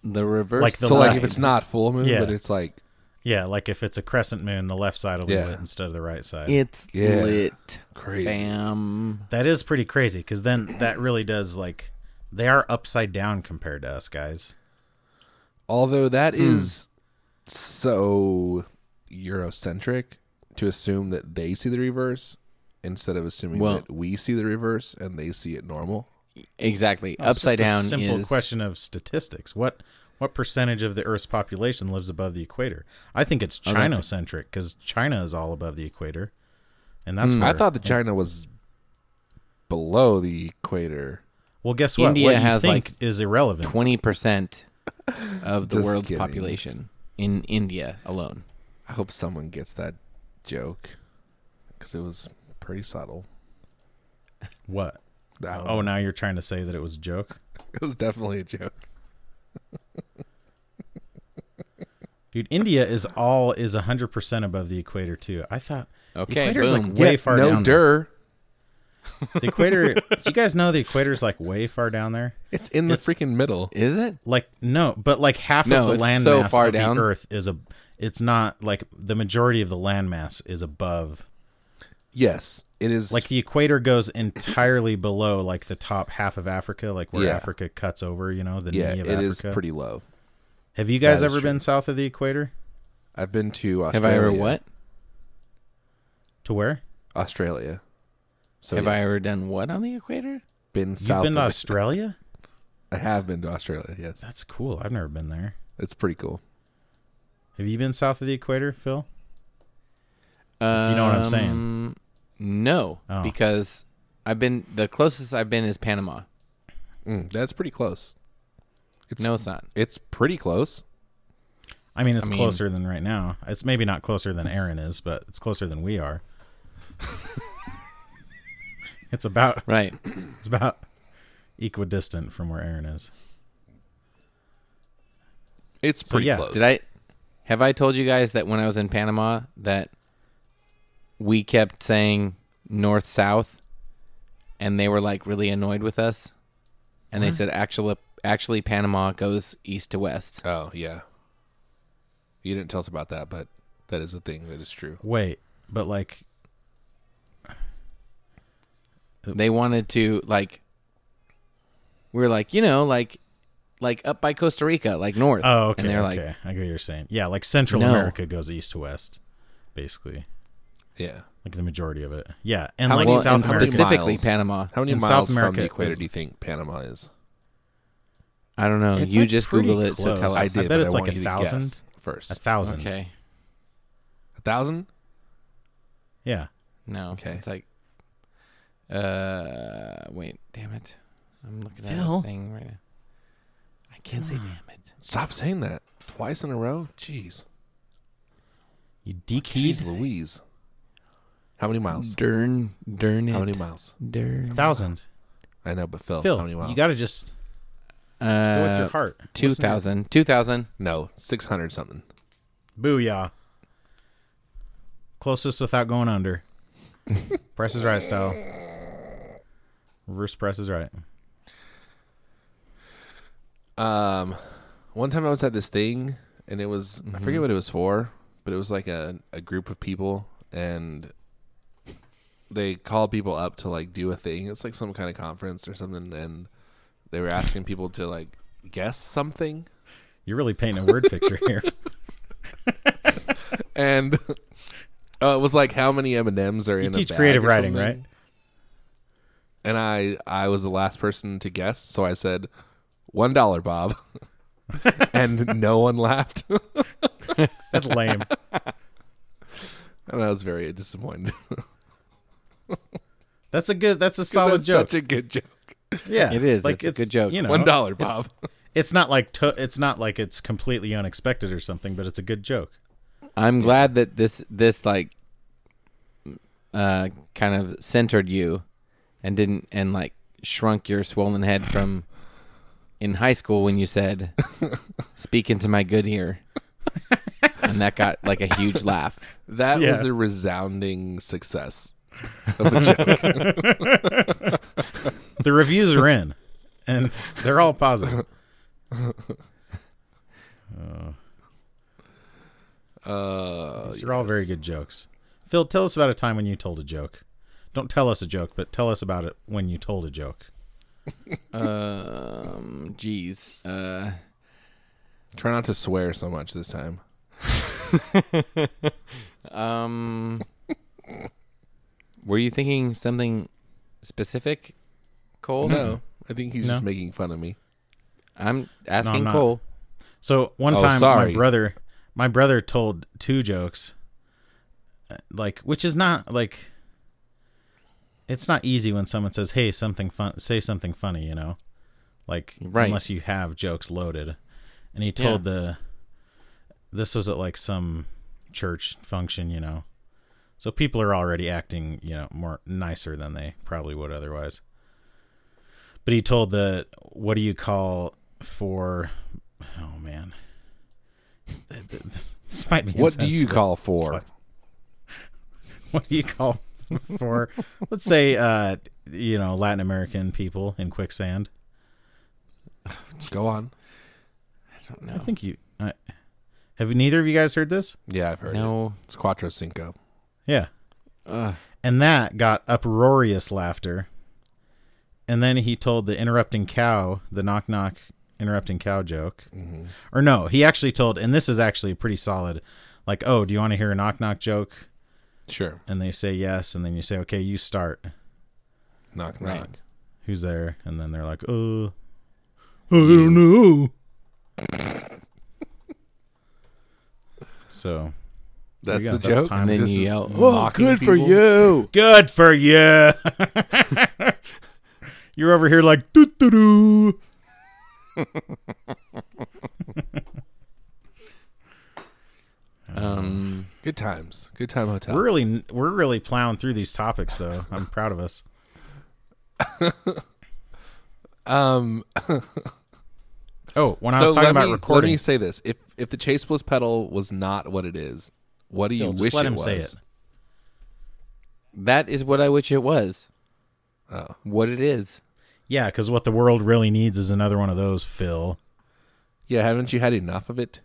The reverse. Like the so like if Right. it's not full moon, Yeah. but it's like Yeah, like if it's a crescent moon, the left side will be Yeah. lit instead of the right side. it's Yeah. lit. Crazy. Bam. That is pretty crazy because then that really does like they are upside down compared to us guys. although that Hmm. is so eurocentric to assume that they see the reverse instead of assuming Well- that we see the reverse and they see it normal Exactly. It's Upside just down A simple is question of statistics. What what percentage of the Earth's population lives above the equator? I think it's Oh, that's- Chinocentric because China is all above the equator, and Hmm. that's where, i thought that china was below the equator Well, guess what? India what you has, think like, is irrelevant. twenty percent of the Just world's kidding. population in India alone. i hope someone gets that joke because it was pretty subtle What? I don't know. Oh, now you're trying to say that it was a joke, it was definitely a joke dude. India is all is hundred percent above the equator too. I thought Okay, equator's boom. like way Yeah, far no down. dir there. The equator. do you guys know the equator's like way far down there? it's in the It's- freaking middle Is it? like no but like half No, of the it's landmass so far of down. the earth is a it's not like the majority of the landmass is above yes it is like the equator goes entirely below like the top half of africa like where Yeah. africa cuts over you know the yeah knee of it africa is pretty low have you guys that is ever been south of the equator i've been to Have australia I ever what? to where australia so Have I yes. ever done what on the equator? been south you've been to of the- australia I have been to Australia. Yes, that's cool i've never been there it's pretty cool. have you been south of the equator phil Um, know what I'm saying. No, Oh. because I've been the closest I've been is Panama. Mm, that's pretty close. It's No, it's not. it's pretty close. i mean it's I mean- closer than right now it's maybe not closer than aaron is but it's closer than we are it's about Right. It's about equidistant from where Aaron is. It's pretty yeah. close. Did I have I told you guys that when I was in Panama that we kept saying north south and they were like really annoyed with us and they said actually actually Panama goes east to west. Oh yeah. You didn't tell us about that, but that is a thing that is true. Wait, but like, Oh. They wanted to like we were like, you know, like like up by Costa Rica, like north. oh, okay, And they're like okay. I get what you're saying. Yeah, like Central No. America goes east to west, basically, Yeah. like the majority of it. Yeah, and How like many- well, South and how many America. specifically miles? Panama. How many In miles South from America the equator is- do you think Panama is? I don't know. It's, you like, just pretty Google it, so close. tell us. I did. bet but it's like want a you to thousand. guess A First, thousand. Okay. a thousand. Yeah. No. Okay. It's like, uh, wait, damn it. I'm looking at Phil? a thing right now. I can't say damn it. Stop saying that twice in a row. Jeez. You Jeez, dekeyed Louise. How many miles? Dern, dern it. How many miles? Dern. thousand. I know, but Phil, Phil, Oh, how many miles? you got to just go with your Uh, heart. Listen to your- 2,000. 2,000. no six hundred something. Booyah. Closest without going under. Price is right style. Reverse price is right. Um, one time I was at this thing, and it was I Mm-hmm. forget what it was for, but it was like a a group of people, and they called people up to like do a thing. It's like some kind of conference or something, and they were asking people to like guess something, You're really painting a word picture here. and uh, it was like how many M and M's are You in a teach bag creative or writing, something. right? And I I was the last person to guess, so I said one dollar, Bob, and no one laughed, That's lame. and I was very disappointed. That's a good. That's a solid That's joke. Such a good joke. yeah, It is. That's a good joke. You know, One dollar, Bob. It's not like to, it's not like it's completely unexpected or something, but it's a good joke. I'm glad that this, this, like, uh, kind of centered you and didn't, and, like, shrunk your swollen head from in high school when you said, speak into my good ear. and that got, like, a huge laugh. That Yeah. was a resounding success. of the joke. The reviews are in, and they're all positive. Uh, These are all very good jokes. Phil, tell us about a time when you told a joke. Don't tell us a joke, but tell us about it when you told a joke. Um, jeez. Uh, try not to swear so much this time. um, were you thinking something specific, Cole? No, I think he's just No. making fun of me. I'm asking not. Cole. So one Oh, time, sorry. my brother, my brother told two jokes, uh, like which is not like. It's not easy when someone says, "Hey, something fun, say something funny," you know, like Right. unless you have jokes loaded. And he told the, this was at like some church function, you know, so people are already acting, you know, more nicer than they probably would otherwise. But he told the what do you call for? Oh man, this might be. What do you insensitive. call for? What do you call for? let's say, uh, you know, Latin American people in quicksand. Go on. I don't I know. think you. I, have neither of you guys heard this? Yeah, I've heard. It. No. Uh, It's Quattro Cinco. Yeah. Ugh. And that got uproarious laughter. And then he told the interrupting cow, the knock knock interrupting cow joke. Or no, he actually told, and this is actually pretty solid like, oh, do you want to hear a knock knock joke? Sure. And they say yes. And then you say, okay, you start. Knock Right. knock. Who's there? And then they're like, oh, I don't know. so That's go. the That's joke. time. And then This you is yell. Oh, mocking good for people. you. good for you. You're over here like doo doo doo. Um, Good times. Good time hotel. We're really we're really plowing through these topics though. I'm proud of us. um, Oh, when I so was talking let about me, recording, Let me say this: if if the Chase Bliss pedal was not what it is, what do you Phil, wish just let it him was? say it. that is what I wish it was. Oh. What it is. Yeah, because what the world really needs is another one of those, Phil. Yeah, haven't you had enough of it?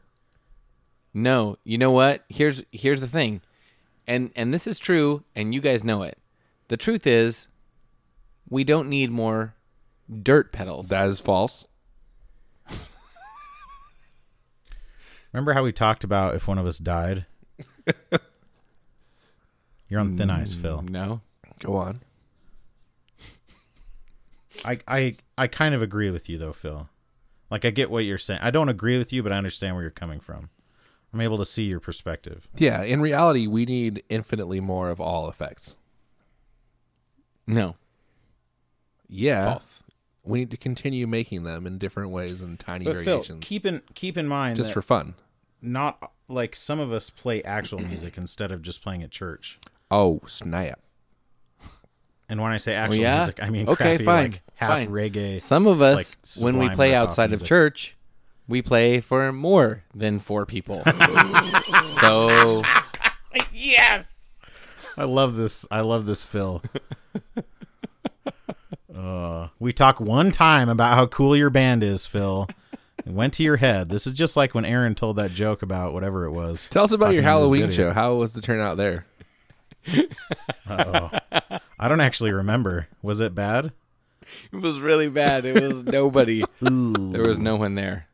No, you know what? Here's here's the thing. And and this is true and you guys know it. The truth is we don't need more dirt pedals. That is false. Remember how we talked about if one of us died? You're on thin ice, Mm. Phil. no. Go on. I, I I kind of agree with you though, Phil. Like I get what you're saying. I don't agree with you, but I understand where you're coming from. I'm able to see your perspective. Yeah, in reality, we need infinitely more of all effects. No. Yeah, False. we need to continue making them in different ways and tiny But Phil, variations, keep in keep in mind just that for fun. not like some of us play actual music instead of just playing at church. Oh snap! And when I say actual yeah? music, I mean Okay, crappy fine, like half fine. reggae. Some of us Like, when we sublime play rip-off outside of music. church, we play for more than 4 people. so I love this. I love this, Phil. uh, we talk one time about how cool your band is, Phil. It went to your head. This is just like when Aaron told that joke about whatever it was. Tell us about your Talking about this Halloween video. show. How was the turnout there? I don't actually remember. Was it bad? it was really bad. It was nobody. There was no one there.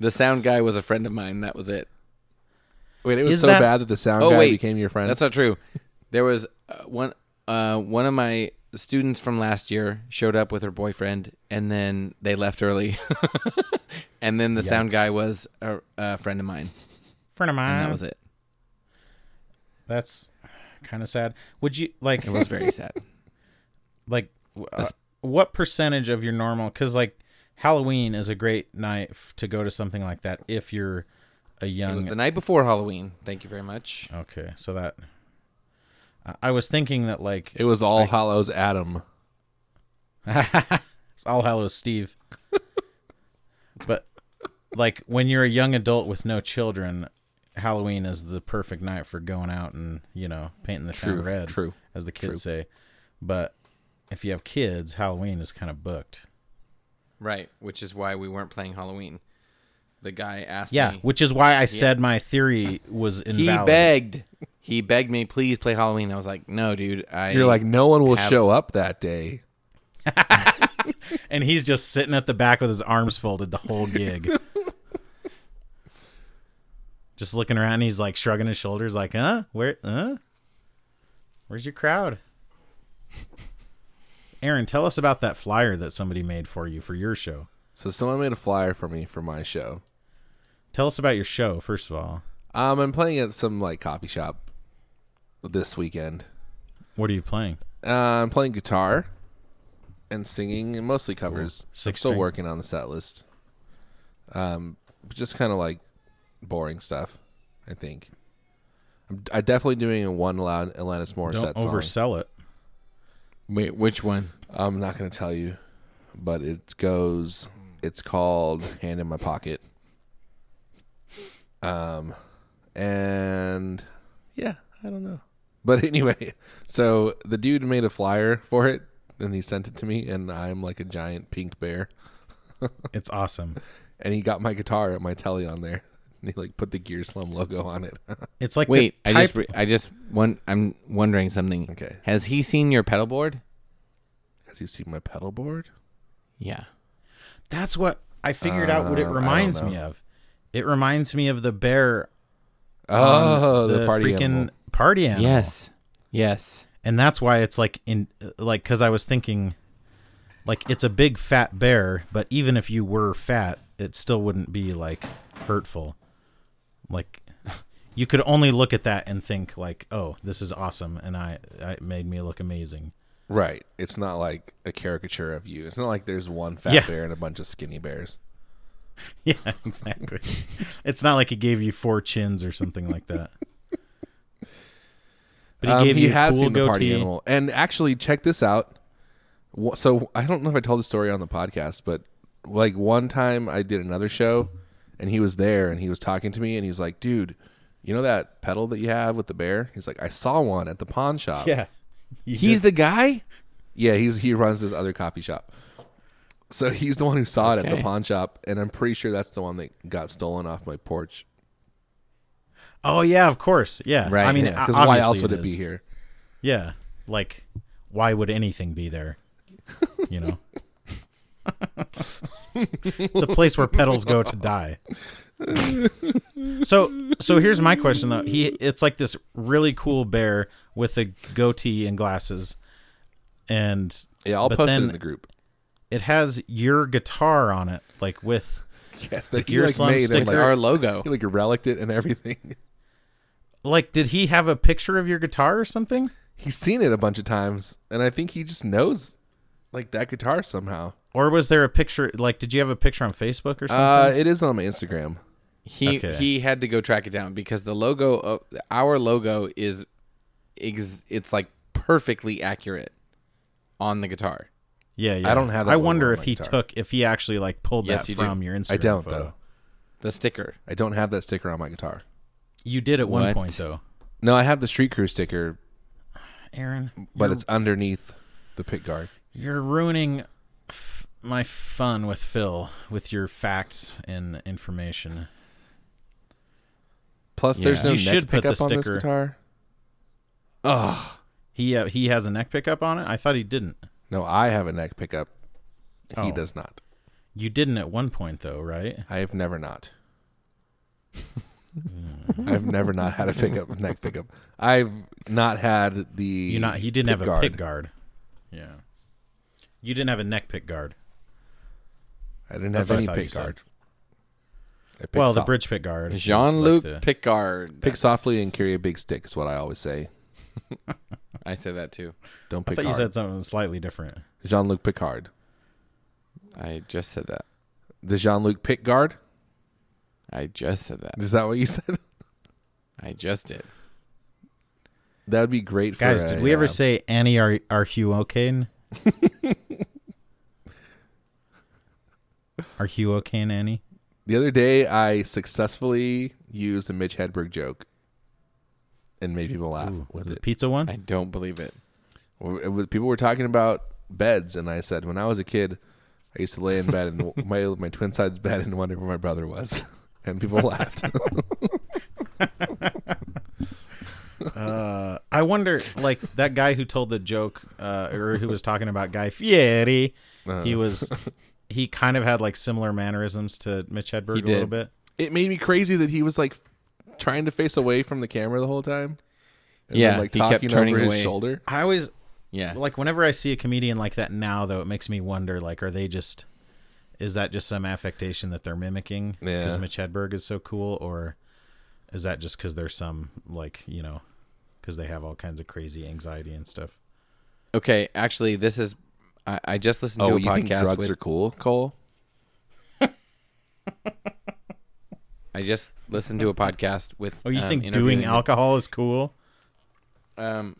The sound guy was a friend of mine. That was it. Wait, it was Is so that- bad that the sound Oh, guy wait. became your friend. That's not true. There was uh, one uh, one of my students from last year showed up with her boyfriend, and then they left early. and then the sound Yikes. guy was a, a friend of mine. Friend of mine. And that was it. That's kind of sad. Would you like It was very sad. like w- uh, what percentage of your normal because like halloween is a great night f- to go to something like that if you're It a was young the night before Halloween. Thank you very much. okay so that I- i was thinking that like it was all Hallows Adam. it's all hallows steve but like when you're a young adult with no children Halloween is the perfect night for going out and you know painting the True, town red, true, as the kids say. But if you have kids, Halloween is kind of booked. Right, which is why we weren't playing Halloween. The guy asked Yeah, me. which is why I said my theory was He invalid. begged. He begged me, please play Halloween. I was like, no, dude. I You're like, no one will Have- show up that day. and he's just sitting at the back with his arms folded the whole gig. just looking around, he's like shrugging his shoulders, like, "Huh? Where? Huh? Where's your crowd?" Aaron, tell us about that flyer that somebody made for you for your show. So someone made a flyer for me for my show. Tell us about your show first of all. Um, I'm playing at some like coffee shop this weekend. What are you playing? Uh, I'm playing guitar and singing, and mostly covers. I'm Six still string. working on the set list. Um, just kind of like boring stuff. I think. I'm, I'm definitely doing a one loud Alanis Don't Morissette song. oversell it. Wait, which one? I'm not going to tell you, but it goes. It's called "Hand in My Pocket." Um, and yeah, I don't know. But anyway, so the dude made a flyer for it, and he sent it to me, and I'm like a giant pink bear. It's awesome. And he got my guitar at my telly on there. And he like put the Gear Slum logo on it. It's like the Wait, I just type- re- I just one I'm wondering something. Okay. Has he seen your pedal board? Has he seen my pedal board? Yeah. That's what I figured out. What Um, it I don't reminds me of. It reminds me of the bear. Oh, the, party freaking animal. party animal. Yes. Yes. and that's why it's like in like because I was thinking, like it's a big fat bear, but even if you were fat, it still wouldn't be like hurtful. Like you could only look at that and think like, oh, this is awesome, and I, I it made me look amazing. Right. It's not like a caricature of you. It's not like there's one fat Yeah. bear and a bunch of skinny bears. Yeah, exactly. it's not like it gave you four chins or something like that. But Um, he a has cool seen the party goatee. animal. And actually, check this out. Wh- So I don't know if I told the story on the podcast, but like one time I did another show and he was there and he was talking to me and he's like, dude, you know that pedal that you have with the bear? He's like, I saw one at the pawn shop. Yeah, He's the guy? Yeah, he's he runs this other coffee shop. So he's the one who saw it at the Okay. pawn shop, and I'm pretty sure that's the one that got stolen off my porch. Oh yeah, of course. Yeah. Right. I mean, Yeah, because why obviously else would it, be is. here? Yeah. Like, why would anything be there? You know? it's a place where petals go to die. so so here's my question though. He it's like this really cool bear with a goatee and glasses. And Yeah, I'll but post it then in the group. it has your guitar on it, like with Yes, that he Gear like Slum made and sticker. like, Our logo. he like relicked it and everything. like did he have a picture of your guitar or something? He's seen it a bunch of times, and I think he just knows like that guitar somehow. Or was there a picture like did you have a picture on Facebook or something? Uh, it is on my Instagram. He Okay. he had to go track it down because the logo of our logo is ex, it's like perfectly accurate on the guitar. Yeah, yeah. I don't have that I logo wonder on if my he guitar. took if he actually like pulled Yes, that you do. from your Instagram. I don't photo. though. The sticker. I don't have that sticker on my guitar. You did at one What? point though, No, I have the Street Crew sticker, Aaron. but it's underneath the pit guard. You're ruining f- my fun with Phil with your facts and information. Plus, there's Yeah. no You neck should put pickup the on this sticker- guitar. Oh, He uh, he has a neck pickup on it. I thought he didn't. No, I have a neck pickup. He Oh. does not. You didn't at one point though, right? I have never not. I've never not had a pickup neck pickup. I've not had the You not. He didn't pit have a pick guard. Yeah. You didn't have a neck pick guard. I didn't That's have what I any thought you pick said. guard. I pick well, the soft- bridge pick guard. is Jean Luc Like the- Picard. pick softly and carry a big stick is what I always say. I say that too. Don't I pick thought you hard. said something slightly different. Jean Luc Picard, I just said that. the Jean Luc pick guard. I just said that. Is that what you said? I just did. that would be great. For Guys, a, did we ever uh, say Annie Ar- Arhuocane? Arhuocane Annie? The other day, I successfully used a Mitch Hedberg joke and made people laugh with The it. pizza one? I don't believe it. Well, it was- People were talking about beds, and I said, when I was a kid, I used to lay in bed and my my twin side's bed and wonder where my brother was, and people laughed. Uh, I wonder, like that guy who told the joke, uh, or who was talking about Guy Fieri. Uh. He was, he kind of had like similar mannerisms to Mitch Hedberg He a little did. bit. it made me crazy that he was like trying to face away from the camera the whole time. And Yeah, then, like he kept talking turning over his away. shoulder. I always Yeah. like whenever I see a comedian like that now, though, it makes me wonder, like, are they just, is that just some affectation that they're mimicking? Yeah. Because Mitch Hedberg is so cool, or is that just because there's some like you know, because they have all kinds of crazy anxiety and stuff? okay. Actually, this is. I, I just listened to Oh, a you think podcast drugs with. are cool, Cole? I just listened to a podcast with. Oh, you um, think doing interviewing- alcohol is cool? Um,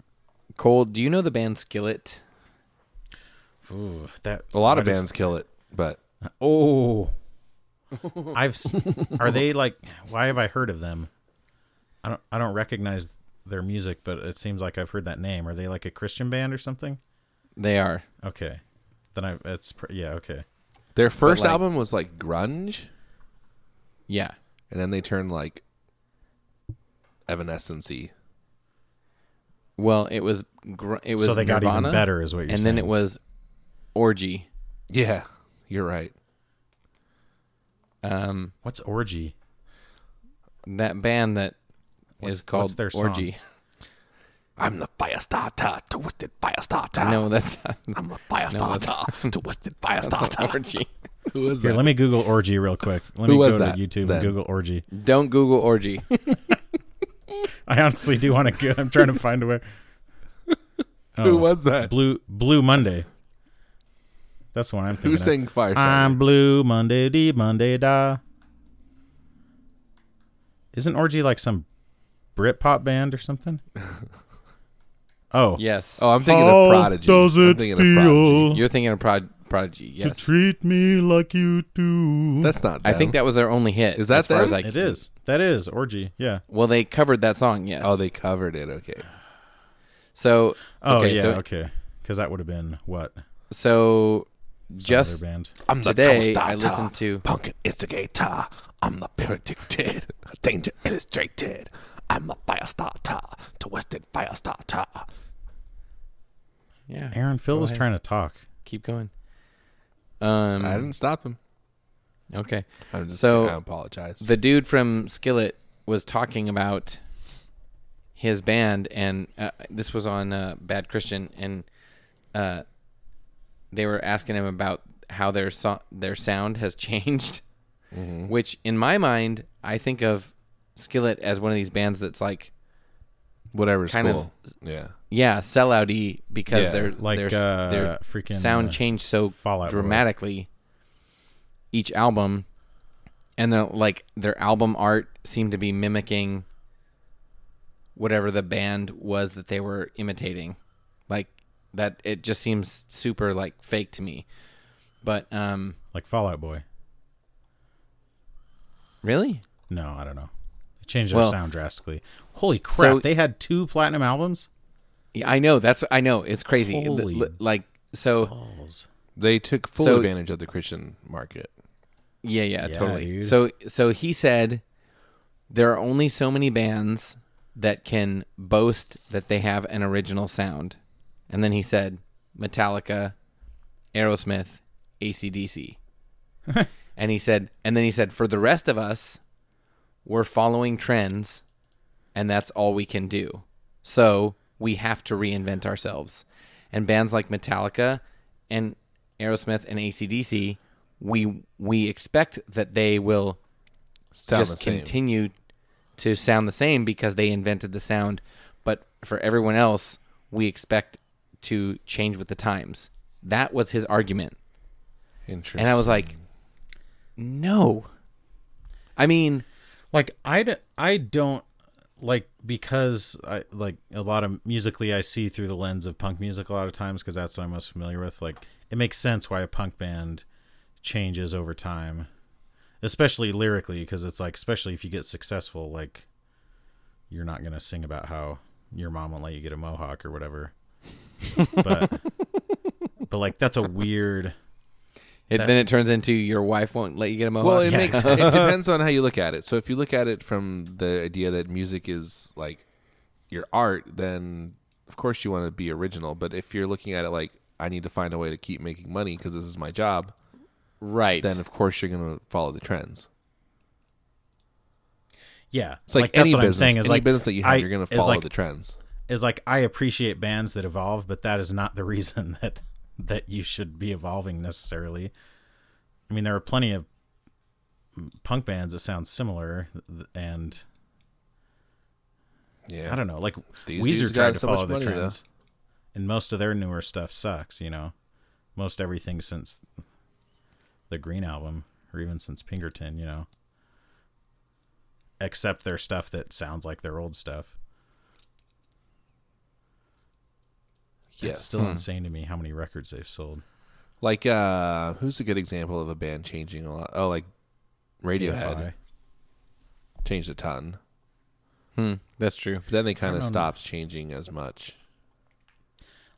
Cole, do you know the band Skillet? Ooh, that A lot of why does- bands kill it, but Oh, I've. s- Are they like? Why have I heard of them? I don't. I don't recognize their music, but it seems like I've heard that name. Are they like a Christian band or something? They are. Okay, then I. It's pr- yeah. Okay. their first like- album was like grunge, Yeah. and then they turned like evanescency. Well, it was. Gr- it was. So they got even Nirvana, better is what you're And saying. then it was, orgy. Yeah, you're right. Um, What's orgy? that band that is What's- called what's their song? orgy. I'm the firestarter, twisted firestarter. No, that's not. I'm a firestarter, twisted That's not firestarter. orgy. Who is Here, that? let me Google orgy real quick. Let Who me was go that to YouTube then? and Google orgy. Don't Google orgy. I honestly do want to. Go, I'm trying to find a way. Who Oh, was that? Blue Blue Monday. That's the one I'm thinking. Who of. sang I'm firestarter? blue Monday D Monday da. Isn't orgy like some Brit pop band or something? Oh, Yes. Oh, I'm thinking of Prodigy. does I'm it thinking of Prodigy. feel You're thinking of Prod- Prodigy. to Yes. treat me like you do? That's not. I think them. that was their only hit. Is that as far as them? I it can- is. That is orgy. Yeah. Well, they covered that song. Yes. Oh, they covered it. Okay. So. Oh okay, yeah. So, okay. Because that would have been what Some so other just band. I'm the today toast I doctor, listened to punk and instigator. I'm the predicted, danger illustrated. I'm a fire starter, twisted fire starter. yeah. Aaron Phil go was ahead. trying to talk. Keep going. Um. I didn't stop him. okay. I'm just. So, I apologize. The dude from Skillet was talking about his band, and uh, this was on uh, Bad Christian, and uh, they were asking him about how their so- their sound has changed. Which, in my mind, I think of Skillet as one of these bands that's like, Whatever's kind of- cool. yeah. yeah, sellouty because Yeah, their like, their, uh, their freaking, sound uh, changed so Fallout Boy. dramatically each album, and their like their album art seemed to be mimicking whatever the band was that they were imitating, like that. It just seems super like fake to me. But um, Like Fallout Boy. really, No, I don't know. They changed their Well- sound drastically. Holy crap! So- they had two platinum albums. yeah, I know that's I know it's crazy. L- Holy l- like so, Balls. They took full So- advantage of the Christian market. Yeah, yeah, Yeah, totally. dude. So so he said there are only so many bands that can boast that they have an original sound. And then he said Metallica, Aerosmith, ACDC. and he said and then he said for the rest of us we're following trends and that's all we can do. So we have to reinvent ourselves. And bands like Metallica and Aerosmith and ACDC, we we expect that they will Sound the just same. continue to sound the same because they invented the sound. But for everyone else, we expect to change with the times. That was his argument. Interesting. And I was like, no. I mean, Like I, d- I don't like because I like a lot of musically I see through the lens of punk music a lot of times because that's what I'm most familiar with. Like it makes sense why a punk band changes over time, especially lyrically because it's like especially if you get successful like you're not gonna sing about how your mom won't let you get a mohawk or whatever but but like that's a weird It, then it turns into your wife won't let you get a mohawk. Well, it yeah. makes it depends on how you look at it. So if you look at it from the idea that music is like your art, then of course you want to be original. But if you're looking at it like I need to find a way to keep making money because this is my job, right. then of course you're going to follow the trends. yeah It's like, any business, any like business that you have, I- you're going is, to follow like, the trends. is like I appreciate bands that evolve, but that is not the reason that that you should be evolving necessarily. I mean, there are plenty of punk bands that sound similar, th- and Yeah, I don't know, like These dudes got Weezer tried to so much follow the money, though. trends, and most of their newer stuff sucks. You know, most everything since the Green album, or even since Pinkerton, you know, except their stuff that sounds like their old stuff. Yes. It's still insane to me how many records they've sold. like uh, who's a good example of a band changing a lot? Oh, like Radiohead Fi. changed a ton, Hmm, that's true. but then they kind don't of know. stopped changing as much.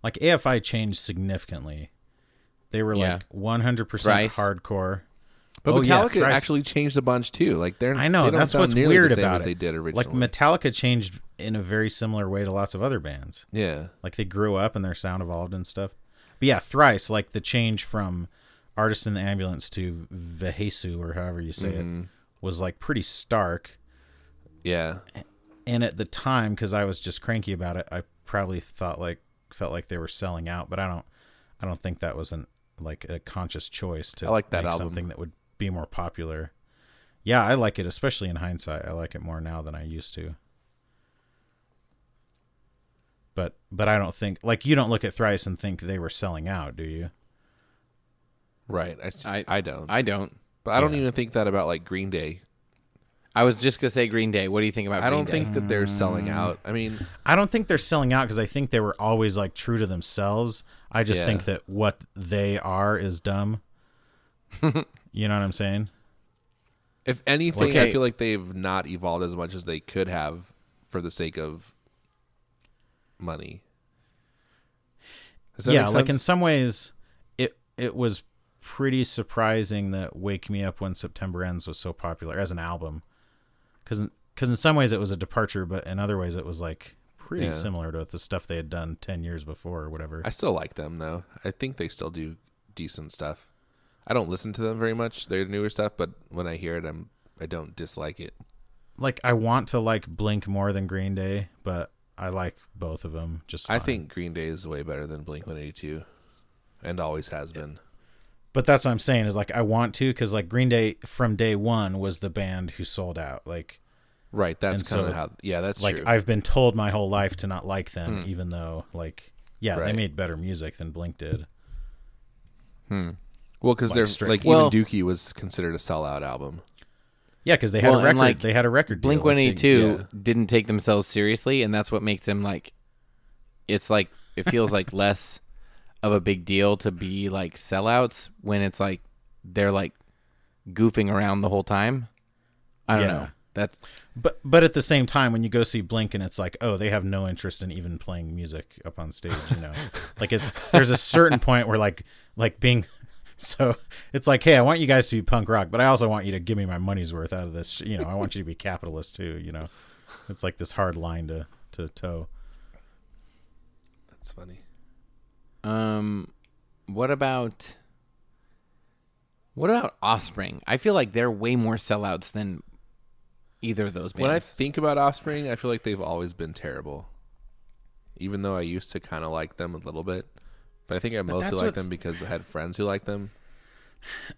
like AFI changed significantly. They were Yeah. like 100% Thrice. hardcore. But Oh, yeah, Metallica Thrice. actually changed a bunch too. Like they're I know they don't that's sound what's nearly the weird same about as it. They did originally. Like Metallica changed in a very similar way to lots of other bands. yeah, Like they grew up and their sound evolved and stuff. But yeah, Thrice like the change from Artist in the Ambulance to Vehesu or however you say Mm-hmm. it was like pretty stark. yeah. And at the time cuz I was just cranky about it, I probably thought like felt like they were selling out, but I don't I don't think that was an like a conscious choice to I like that make album. something that would be more popular. Yeah, I like it, especially in hindsight. I like it more now than I used to. But but I don't think like you don't look at Thrice and think they were selling out, do you? Right. I, see- I- I, don't. I don't. but I don't even think that about like Green Day. I was just gonna say Green Day. What do you think about? I Green don't Day? think that they're Mm. selling out. I mean, I don't think they're selling out because I think they were always like true to themselves. I just Yeah. think that what they are is dumb. you know what I'm saying? if anything, I Okay. feel like they've not evolved as much as they could have for the sake of money. Does that yeah, make like in sense? some ways, it it was pretty surprising that "Wake Me Up When September Ends" was so popular as an album, because in some ways it was a departure, but in other ways it was like pretty Yeah. similar to the stuff they had done ten years before or whatever. I still like them though. I think they still do decent stuff. I don't listen to them very much. Their newer stuff, but when I hear it, I'm I don't dislike it. like I want to like Blink more than Green Day, but I like both of them. Just I fine. think Green Day is way better than Blink 182 and always has been. but that's what I'm saying is like I want to because like Green Day from day one was the band who sold out. Like Right, that's And kind of so, how Yeah, that's like true. I've been told my whole life to not like them, Hmm. even though like yeah, they Right. made better music than Blink did. well, cuz they're straight- like Well- even Dookie was considered a sellout album. Yeah, because they had Well, a and, record. like, they had a record. deal, Blink like, One they- Eighty Two yeah. didn't take themselves seriously, and that's what makes them like. It's like it feels like less of a big deal to be like sellouts when it's like they're like goofing around the whole time. I don't Yeah. know. That's But but at the same time, when you go see Blink, and it's like, oh, they have no interest in even playing music up on stage. You know, like it's, there's a certain point where like like being so it's like, hey, I want you guys to be punk rock, but I also want you to give me my money's worth out of this. sh- You know, I want you to be capitalist too. You know, it's like this hard line to to toe. That's funny. um, what about what about Offspring? I feel like they're way more sellouts than either of those bands. When I think about Offspring, I feel like they've always been terrible. Even though I used to kind of like them a little bit, but I think I mostly that's like what's- them because I had friends who liked them.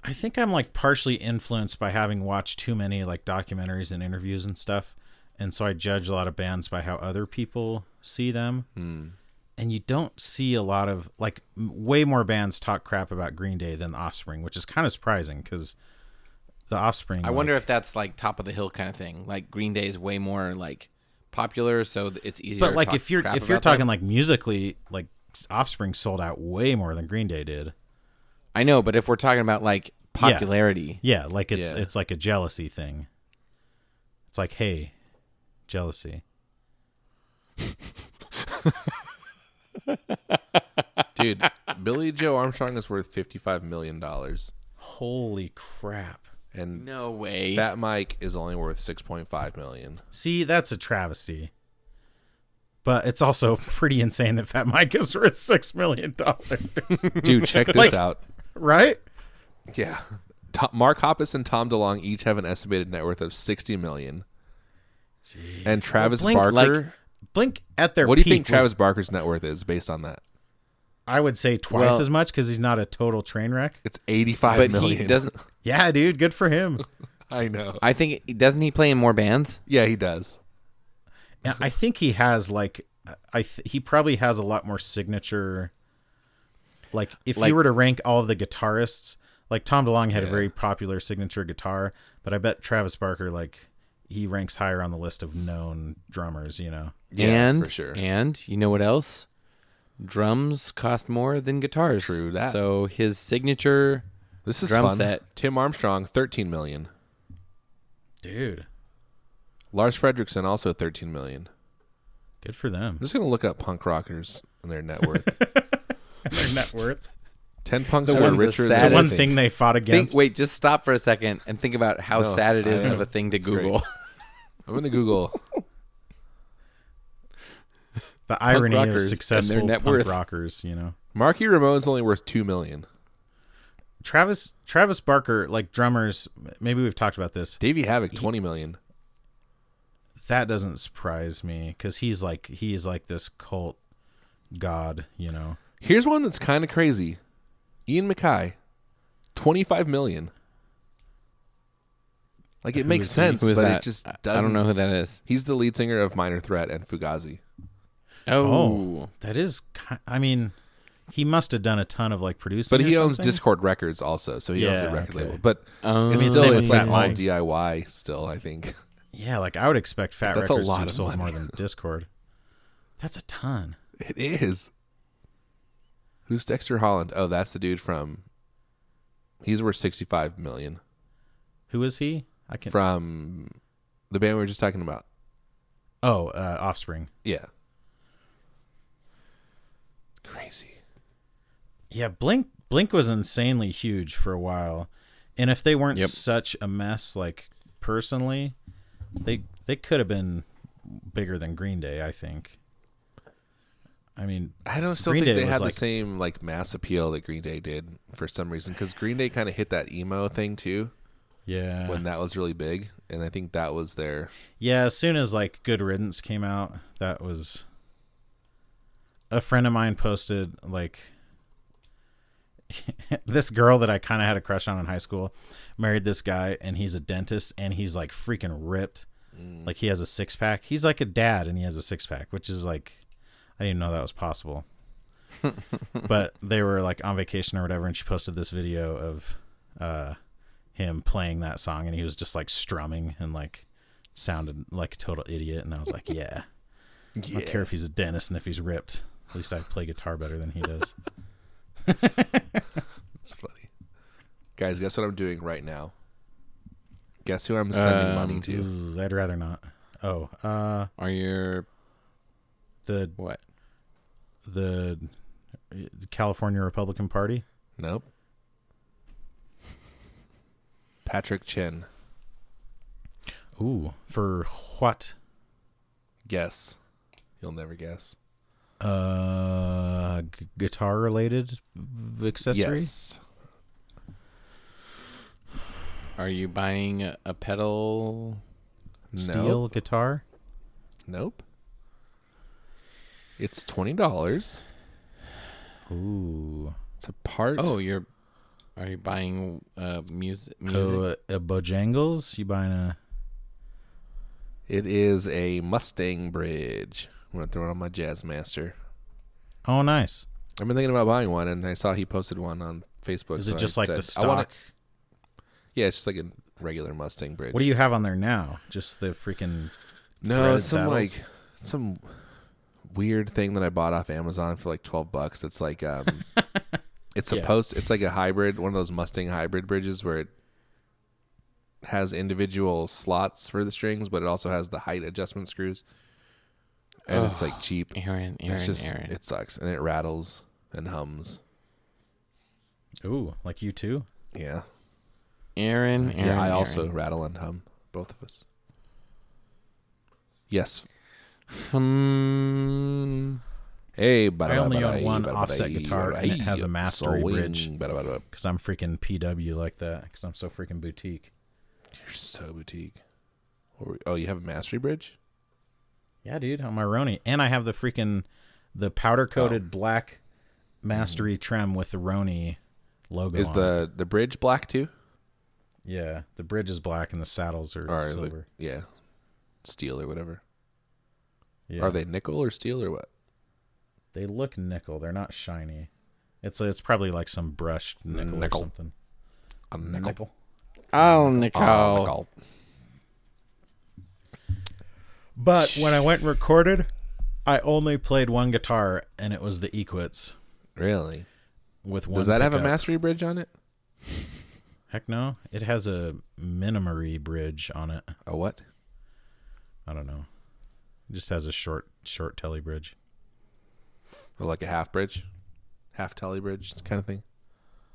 I think I'm like partially influenced by having watched too many like documentaries and interviews and stuff. And so I judge a lot of bands by how other people see them. Hmm. And you don't see a lot of like m- way more bands talk crap about Green Day than The Offspring, which is kind of surprising because The Offspring. I wonder if that's like top of the hill kind of thing. Like Green Day is way more like popular, so th- it's easier. But to like talk if you're crap if you're about them. talking like musically, like Offspring sold out way more than Green Day did. I know, but if we're talking about like popularity. Yeah, like it's Yeah. it's like a jealousy thing. It's like, hey, jealousy. Dude, Billy Joe Armstrong is worth $55 million, and Holy crap. No way. Fat Mike is only worth $6.5 million. See, that's a travesty. But it's also pretty insane that Fat Mike is worth six million dollars, Dude, check this Like- out. right? Yeah. To- Mark Hoppus and Tom DeLong each have an estimated net worth of 60 million. And Travis Blink, Barker. like, Blink at their what do you peak think was- Travis Barker's net worth is based on that? I would say twice Well- as much because he's not a total train wreck. It's eighty-five but million. he doesn't. Yeah, dude, good for him. I know. I think doesn't he play in more bands? Yeah, he does. And I think he has like, I th- he probably has a lot more signature. Like if Like- you were to rank all of the guitarists, like Tom DeLonge had a very popular signature guitar, but I bet Travis Barker like he ranks higher on the list of known drummers. You know, Yeah, and for sure. And you know what else? Drums cost more than guitars. True that. So his signature This is Drum fun. set. Tim Armstrong, thirteen million. dude, Lars Fredrickson also thirteen million. good for them. I'm just gonna look up punk rockers and their net worth. Their net worth. Ten punks The who one- are the richer than saddest- they The one think. thing they fought think against. wait, just stop for a second and think about how No, sad it I is am. of a thing to great. Google. I'm gonna Google. the irony of rockers and successful their net punk worth. rockers. You know. Marky Ramone's only worth two million. Travis Travis Barker, like drummers, maybe we've talked about this. Davey Havoc, twenty million. That doesn't surprise me because he's like he's like this cult god, you know. Here's one that's kind of crazy. Ian Mackay, twenty-five million. Like it makes sense, Who but is that? it just I- doesn't. I don't know who that is. He's the lead singer of Minor Threat and Fugazi. Oh. that is. ki- I mean, he must have done a ton of like producing. But he or owns something. Discord Records also, so he owns a Yeah, record okay. label. But Oh. it's I mean, still same it's with like Fat all Mike. DIY still, I think. Yeah, like I would expect Fat That's a Records lot to have of sold money. more than Discord. That's a ton. It is. Who's Dexter Holland? Oh, that's the dude from He's worth 65 million Who is he? I can. from the band we were just talking about. oh, uh, Offspring. Yeah. Crazy. Yeah, Blink Blink was insanely huge for a while, and if they weren't Yep. such a mess, like personally, they they could have been bigger than Green Day. I think. I mean, I don't still Green think Day they was had like- the same like mass appeal that Green Day did for some reason cuz Green Day kind of hit that emo thing too yeah, when that was really big and I think that was their yeah. As soon as like Good Riddance came out, that was. A friend of mine posted like. this girl that I kind of had a crush on in high school married this guy, and he's a dentist, and he's like freaking ripped. Like he has a six pack. He's like a dad, and he has a six pack, which is like, I didn't even know that was possible. but they were like on vacation or whatever, and she posted this video of uh, him playing that song, and he was just like strumming and like sounded like a total idiot. And I was like, yeah, I don't care if he's a dentist and if he's ripped. At least I play guitar better than he does. It's funny. Guys, guess what I'm doing right now? Guess who I'm sending money Um, to? Ooh, I'd rather not. Oh, uh, Are your the what? the uh, California Republican Party. Nope. Patrick Chin. Ooh, for what? Guess. You'll never guess. Uh, g- guitar related accessory. Yes. Are you buying a, a pedal? Nope. Steel guitar. Nope. It's twenty dollars. Ooh. It's a part. Oh, you're. Are you buying uh, music? music? Oh, a, a Bojangles. You buying a? It is a Mustang bridge. I'm gonna throw it on my Jazzmaster. Oh, nice. I've been thinking about buying one, and I saw he posted one on Facebook. Is so it I just like said, the I stock? wanna- yeah, it's just like a regular Mustang bridge. What do you have on there now? Just the freaking. No, threaded it's some saddles? like some weird thing that I bought off Amazon for like twelve bucks. That's like um, It's Yeah. supposed. It's like a hybrid, one of those Mustang hybrid bridges where it has individual slots for the strings, but it also has the height adjustment screws. And it's like cheap. Aaron, Aaron, it's just Aaron. it sucks and it rattles and hums. Ooh, like you too. Yeah. Aaron, Aaron. yeah. I Aaron. also rattle and hum. Both of us. Yes. Hmm. Hey, I only own one offset guitar, and it has a mastery bridge. You're Because I'm freaking PW like that. Because I'm so freaking boutique. so boutique. What were we- Oh, you have a mastery bridge? Yeah, dude, on my Roni, and I have the freaking the powder coated Oh. black mastery trim with the Roni logo. Mm-hmm. Is on it. the the bridge black too? yeah the bridge is black and the saddles are Or silver. like- yeah, steel or whatever. yeah, Are they nickel or steel or what? They look nickel. They're not shiny. It's it's probably like some brushed nickel, Nickel. or something. A nickel. Oh, Nicole. Oh, nickel. But when I went and recorded, I only played one guitar, and it was the Equits Really? with one. Does that have a pickup. mastery bridge on it? Heck no! It has a minimary bridge on it. A what? I don't know. It just has a short short telly bridge. Or like a half bridge, half telly bridge kind of thing.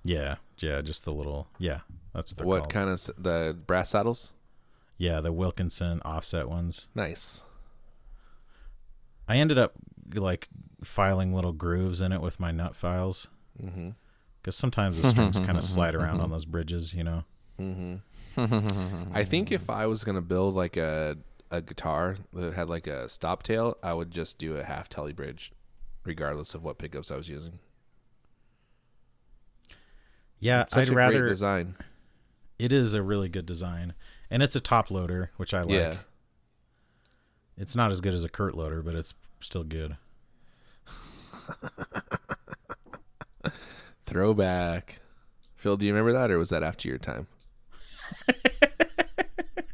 Yeah, yeah, just the little yeah. That's what they're what called. kind of s- the brass saddles? yeah, the Wilkinson offset ones. Nice. I ended up like filing little grooves in it with my nut files Mm-hmm. because sometimes the strings kind of slide around on those bridges, you know. I think if I was gonna build like a a guitar that had like a stop tail, I would just do a half telly bridge, regardless of what pickups I was using. Yeah, Such I'd a rather. great design. It is a really good design, and it's a top loader, which I like. Yeah, It's not as good as a Kurt loader, but it's still good. throwback. Phil, do you remember that, or was that after your time?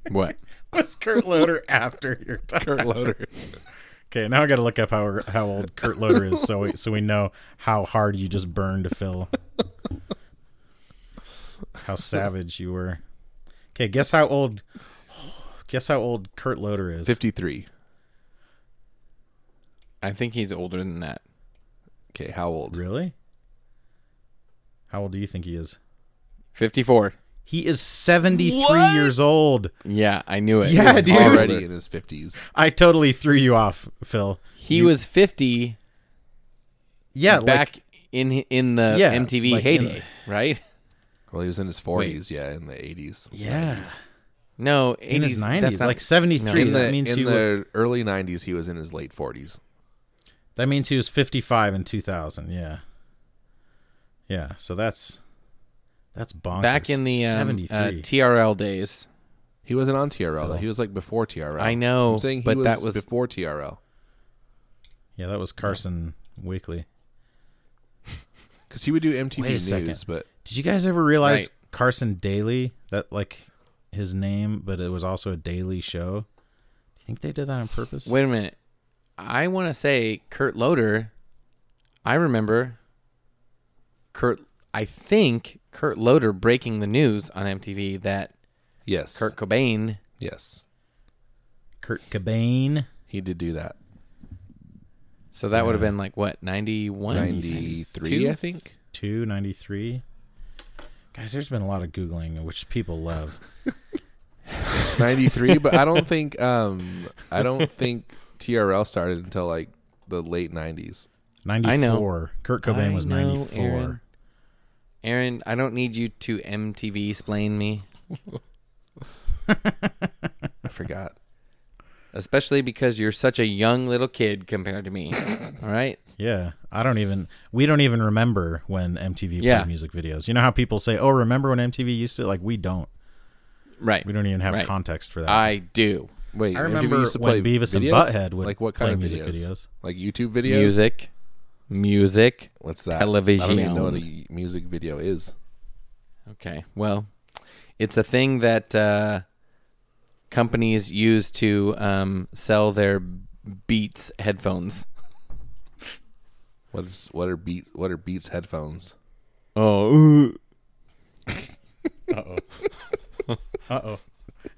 What? Was Kurt loader after your time? Kurt Loader. Okay, now I got to look up how how old Kurt Loader is, so we, so we know how hard you just burned to fill. How savage you were. Okay, guess how old. Guess how old Kurt Loader is. Fifty three. I think he's older than that. Okay, how old? Really? How old do you think he is? 54. He is seventy three years old. Yeah, I knew it. Yeah, dude. Already in his fifties. I totally threw you off, Phil. He was 50 Yeah, like- back in in the Yeah, MTV like in heyday, right? Well, he was in his forties. Yeah, in the eighties. yeah, No, 80s. in his nineties, that's not- like seventy three. In that the means in he the was, early nineties, he was in his late forties. That means he was 55 in 2000. Yeah. Yeah. So that's that's bonkers. back in the um, uh, 73. TRL days. He wasn't on TRL though. He was like before TRL. I know, I'm saying he but was that was- before TRL. yeah, that was Carson Weekly. Because he would do MTV Wait a News, second. but Did you guys ever realize Right. Carson Daly? That like his name, but it was also a daily show. Do you think they did that on purpose? Wait a minute. I want to say Kurt Loder. I remember Kurt. I think Kurt Loder breaking the news on MTV that yes, Kurt Cobain yes, Kurt Cobain. he did do that. So that would have been like what, 91? Ninety three, I think. 293. Guys, there's been a lot of googling, which people love. Ninety three, but I don't think um I don't think TRL started until like the late nineties. 94. know. Kurt Cobain I was know, 94. Aaron. Aaron, I don't need you to MTV explain me, I forgot. especially because you're such a young little kid compared to me. All right? Yeah, I don't even. We don't even remember when MTV Yeah. played music videos. You know how people say, "Oh, remember when MTV used to?" Like we don't. Right. We don't even have Right. context for that. I do. Wait, I MTV remember used to play when Beavis and videos? Butthead would like what play kind of music videos? videos. Like YouTube videos. Music. Music. What's that? I don't even Television. know what a music video is. Okay. Well, it's a thing that uh, companies use to um, sell their Beats headphones. What is what are beat what are Beats headphones? Oh, Uh oh.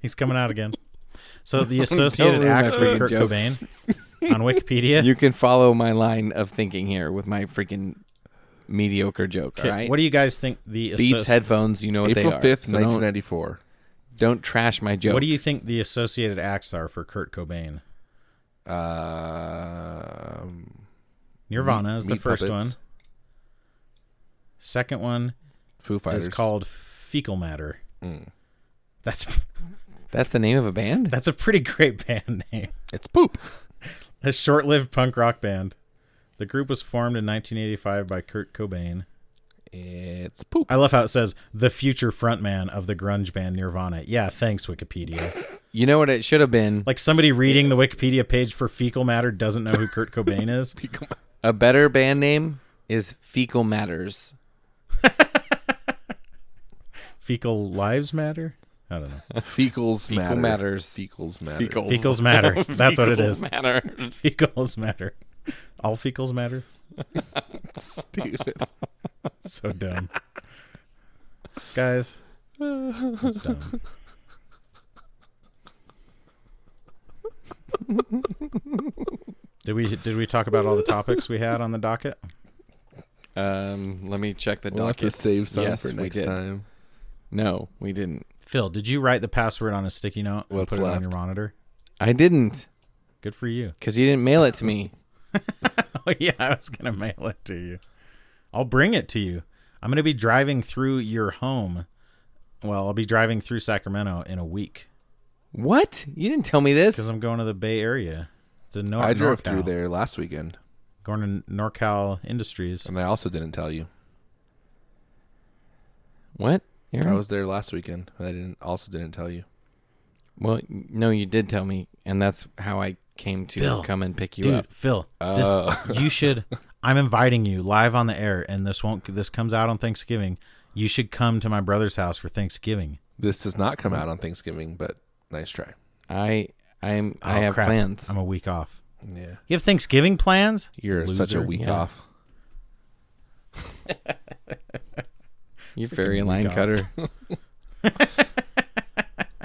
He's coming out again. So the Associated ruin my Acts for freaking Kurt joke. Cobain on Wikipedia. you can follow my line of thinking here with my freaking mediocre joke. Okay, all right, What do you guys think the Beats associ- headphones. You know what April they are. 5th, so don't, 1994. don't trash my joke. What do you think the Associated Acts are for Kurt Cobain? Um, Nirvana is the Meat first Puppets, one. Second one Foo Fighters. is called Fecal Matter. Mm. That's That's the name of a band. that's a pretty great band name. It's poop. A short-lived punk rock band. The group was formed in 1985 by Kurt Cobain. It's poop. I love how it says the future frontman of the grunge band Nirvana. Yeah, thanks Wikipedia. You know what it should have been? Like somebody reading the Wikipedia page for Fecal Matter doesn't know who Kurt Cobain is. A better band name is Fecal Matters. Fecal Lives Matter? I don't know. Fecals matter. matters. Fecals matter. Fecal. Fecals matter. That's what it is. Matters. Fecals matter. All fecals matter. Stupid. So dumb. Guys, that's dumb. Did we did we talk about all the topics we had on the docket? Um, let me check the We'll have to docket. save some Yes, for we next did. time. No, we didn't. Phil, did you write the password on a sticky note and What's put it on left? your monitor? I didn't Good for you. because he didn't mail it to me. Oh yeah, I was gonna mail it to you. I'll bring it to you. I'm gonna be driving through your home. Well, I'll be driving through Sacramento in a week what? You didn't tell me this? because I'm going to the Bay Area. To Nor- I drove NorCal. through there last weekend, Going to NorCal Industries. and I also didn't tell you. What? I Aaron? was there last weekend, and I didn't also didn't tell you. Well, no, you did tell me, and that's how I came to Phil, come and pick you Dude, up. Phil, Oh. this, you should. I'm inviting you live on the air, and this won't. This comes out on Thanksgiving. You should come to my brother's house for Thanksgiving. This does not come out on Thanksgiving, but nice try. I I'm I Oh, have crap. plans. I'm a week off. Yeah, You have Thanksgiving plans? you're such a Loser. week Yeah. off. you fairy line off. cutter.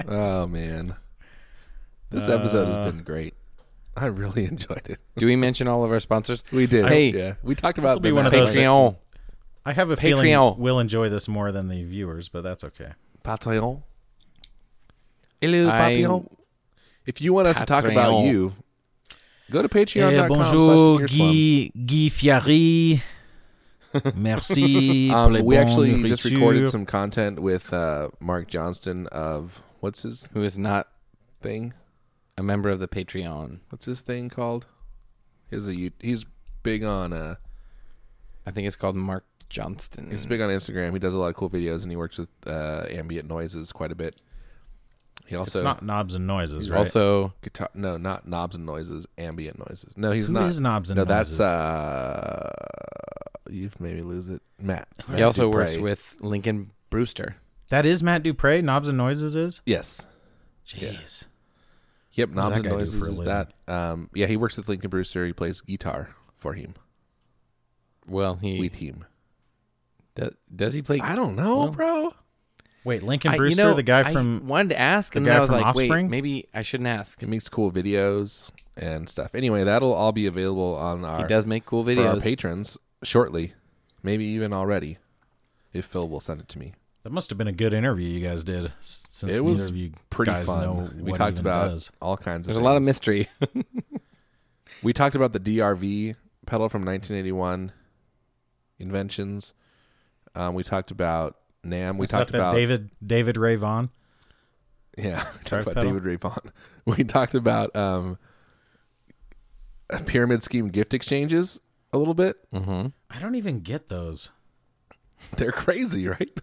Oh man, this episode has been great. I really enjoyed it. Do we mention all of our sponsors? We did. Hey. yeah, we talked about This'll be them one of after those the- Patreon. I have a Patreon. feeling we'll enjoy this more than the viewers, but that's okay. Patreon. Hello, I- Patreon. If you want us to talk about Patreon. you, go to patreon.com. Eh, bonjour, slash Gearslam. Guy, Guy Fieri. Merci. Um, we actually just recorded some content with uh, Mark Johnston of what's his Who is not thing? a member of the Patreon? What's his thing called? He's a you- he's big on uh I think it's called Mark Johnston. he's big on Instagram. He does a lot of cool videos and he works with uh, ambient noises quite a bit. He It's also not knobs and noises, right? also guitar no not knobs and noises ambient noises. No, he's Who not. is knobs and no, noises? that's uh you've made me lose it, Matt. Matt he also Dupre. works with Lincoln Brewster. that is Matt Dupre. Knobs and noises is. yes. Jeez. Yep, knobs that and guy do noises for a is living? that. Um, yeah, he works with Lincoln Brewster. He plays guitar for him. Well, he With him. do, does he play? I don't know, Well, bro. Wait, Lincoln I- you Brewster, know, the guy I from wanted to ask, the and then guy I was from like, wait, Offspring? maybe I shouldn't ask. He makes cool videos and stuff. Anyway, that'll all be available on He our does make cool for our videos. patrons shortly, maybe even already, if Phil will send it to me. that must have been a good interview you guys did. s- Since it was neither of you pretty guys fun. know we what it talked even about does. all kinds There's of. a lot of things. mystery. We talked about the DRV pedal from 1981 inventions. Um, we talked about Nam. We Is talked that the about David David Ray Vaughan. Yeah, talk Drive about pedal? David Ray Vaughan. We talked about um, pyramid scheme gift exchanges a little bit. I don't even get those. They're crazy, right?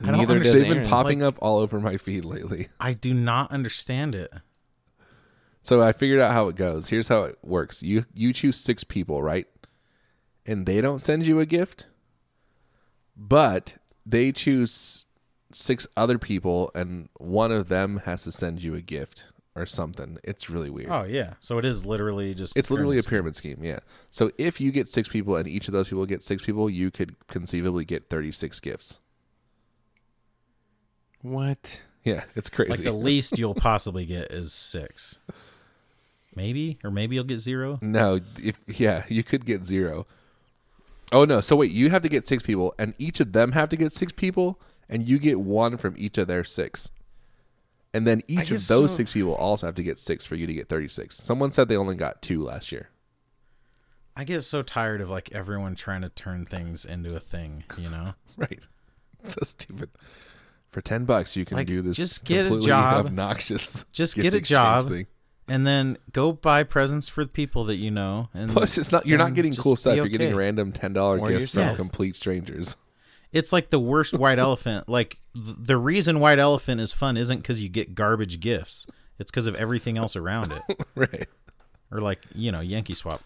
I don't Neither does understand. They've been Aaron. popping up all over my feed lately. I do not understand it. So I figured out how it goes. Here's how it works. You you choose six people, right? And they don't send you a gift, but they choose six other people, and one of them has to send you a gift or something. It's really weird. Oh yeah. So it is literally just. It's literally a pyramid pyramid scheme, yeah. So if you get six people and each of those people get six people, you could conceivably get 36 gifts. What? Yeah, it's scheme. Like crazy. the least you'll possibly get is six. Maybe or maybe you'll get zero. no, if yeah, you could get zero. Oh no, so wait, you have to get six people and each of them have to get six people and you get one from each of their six. And then each of guess those so. six people also have to get six for you to get 36. Someone said they only got two last year. I get so tired of like everyone trying to turn things into a thing. You know. Right. So stupid. For 10 bucks you can Like, do this just get a completely job. obnoxious Just gift get a exchange job. thing. and then go buy presents for the people that you know. And Plus, it's not you're not and getting just cool be stuff. You're getting okay. random ten dollar Or gifts from yourself. complete strangers. It's like the worst white elephant. Like th- the reason white elephant is fun isn't because you get garbage gifts. It's because of everything else around it, right. or like you know Yankee swap.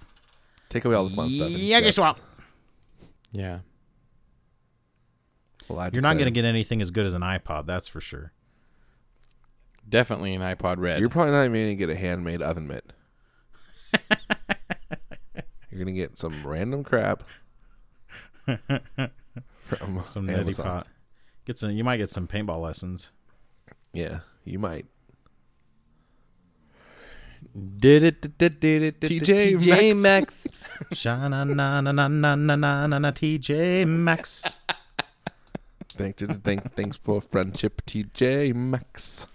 Take away all the fun stuff. and just Yeah. Well, I You're declare. not going to get anything as good as an iPod, that's for sure. Definitely an iPod Red. You're probably not even gonna get a handmade oven mitt. you're gonna get some random crap from Some neti Amazon. pot. Get some. You might get some paintball lessons. Yeah, you might. did it, did it, did it, did it, TJ TJ Maxx. Sha na na na na na na na na na. TJ Maxx. Thank, thank, thanks for friendship, TJ Maxx.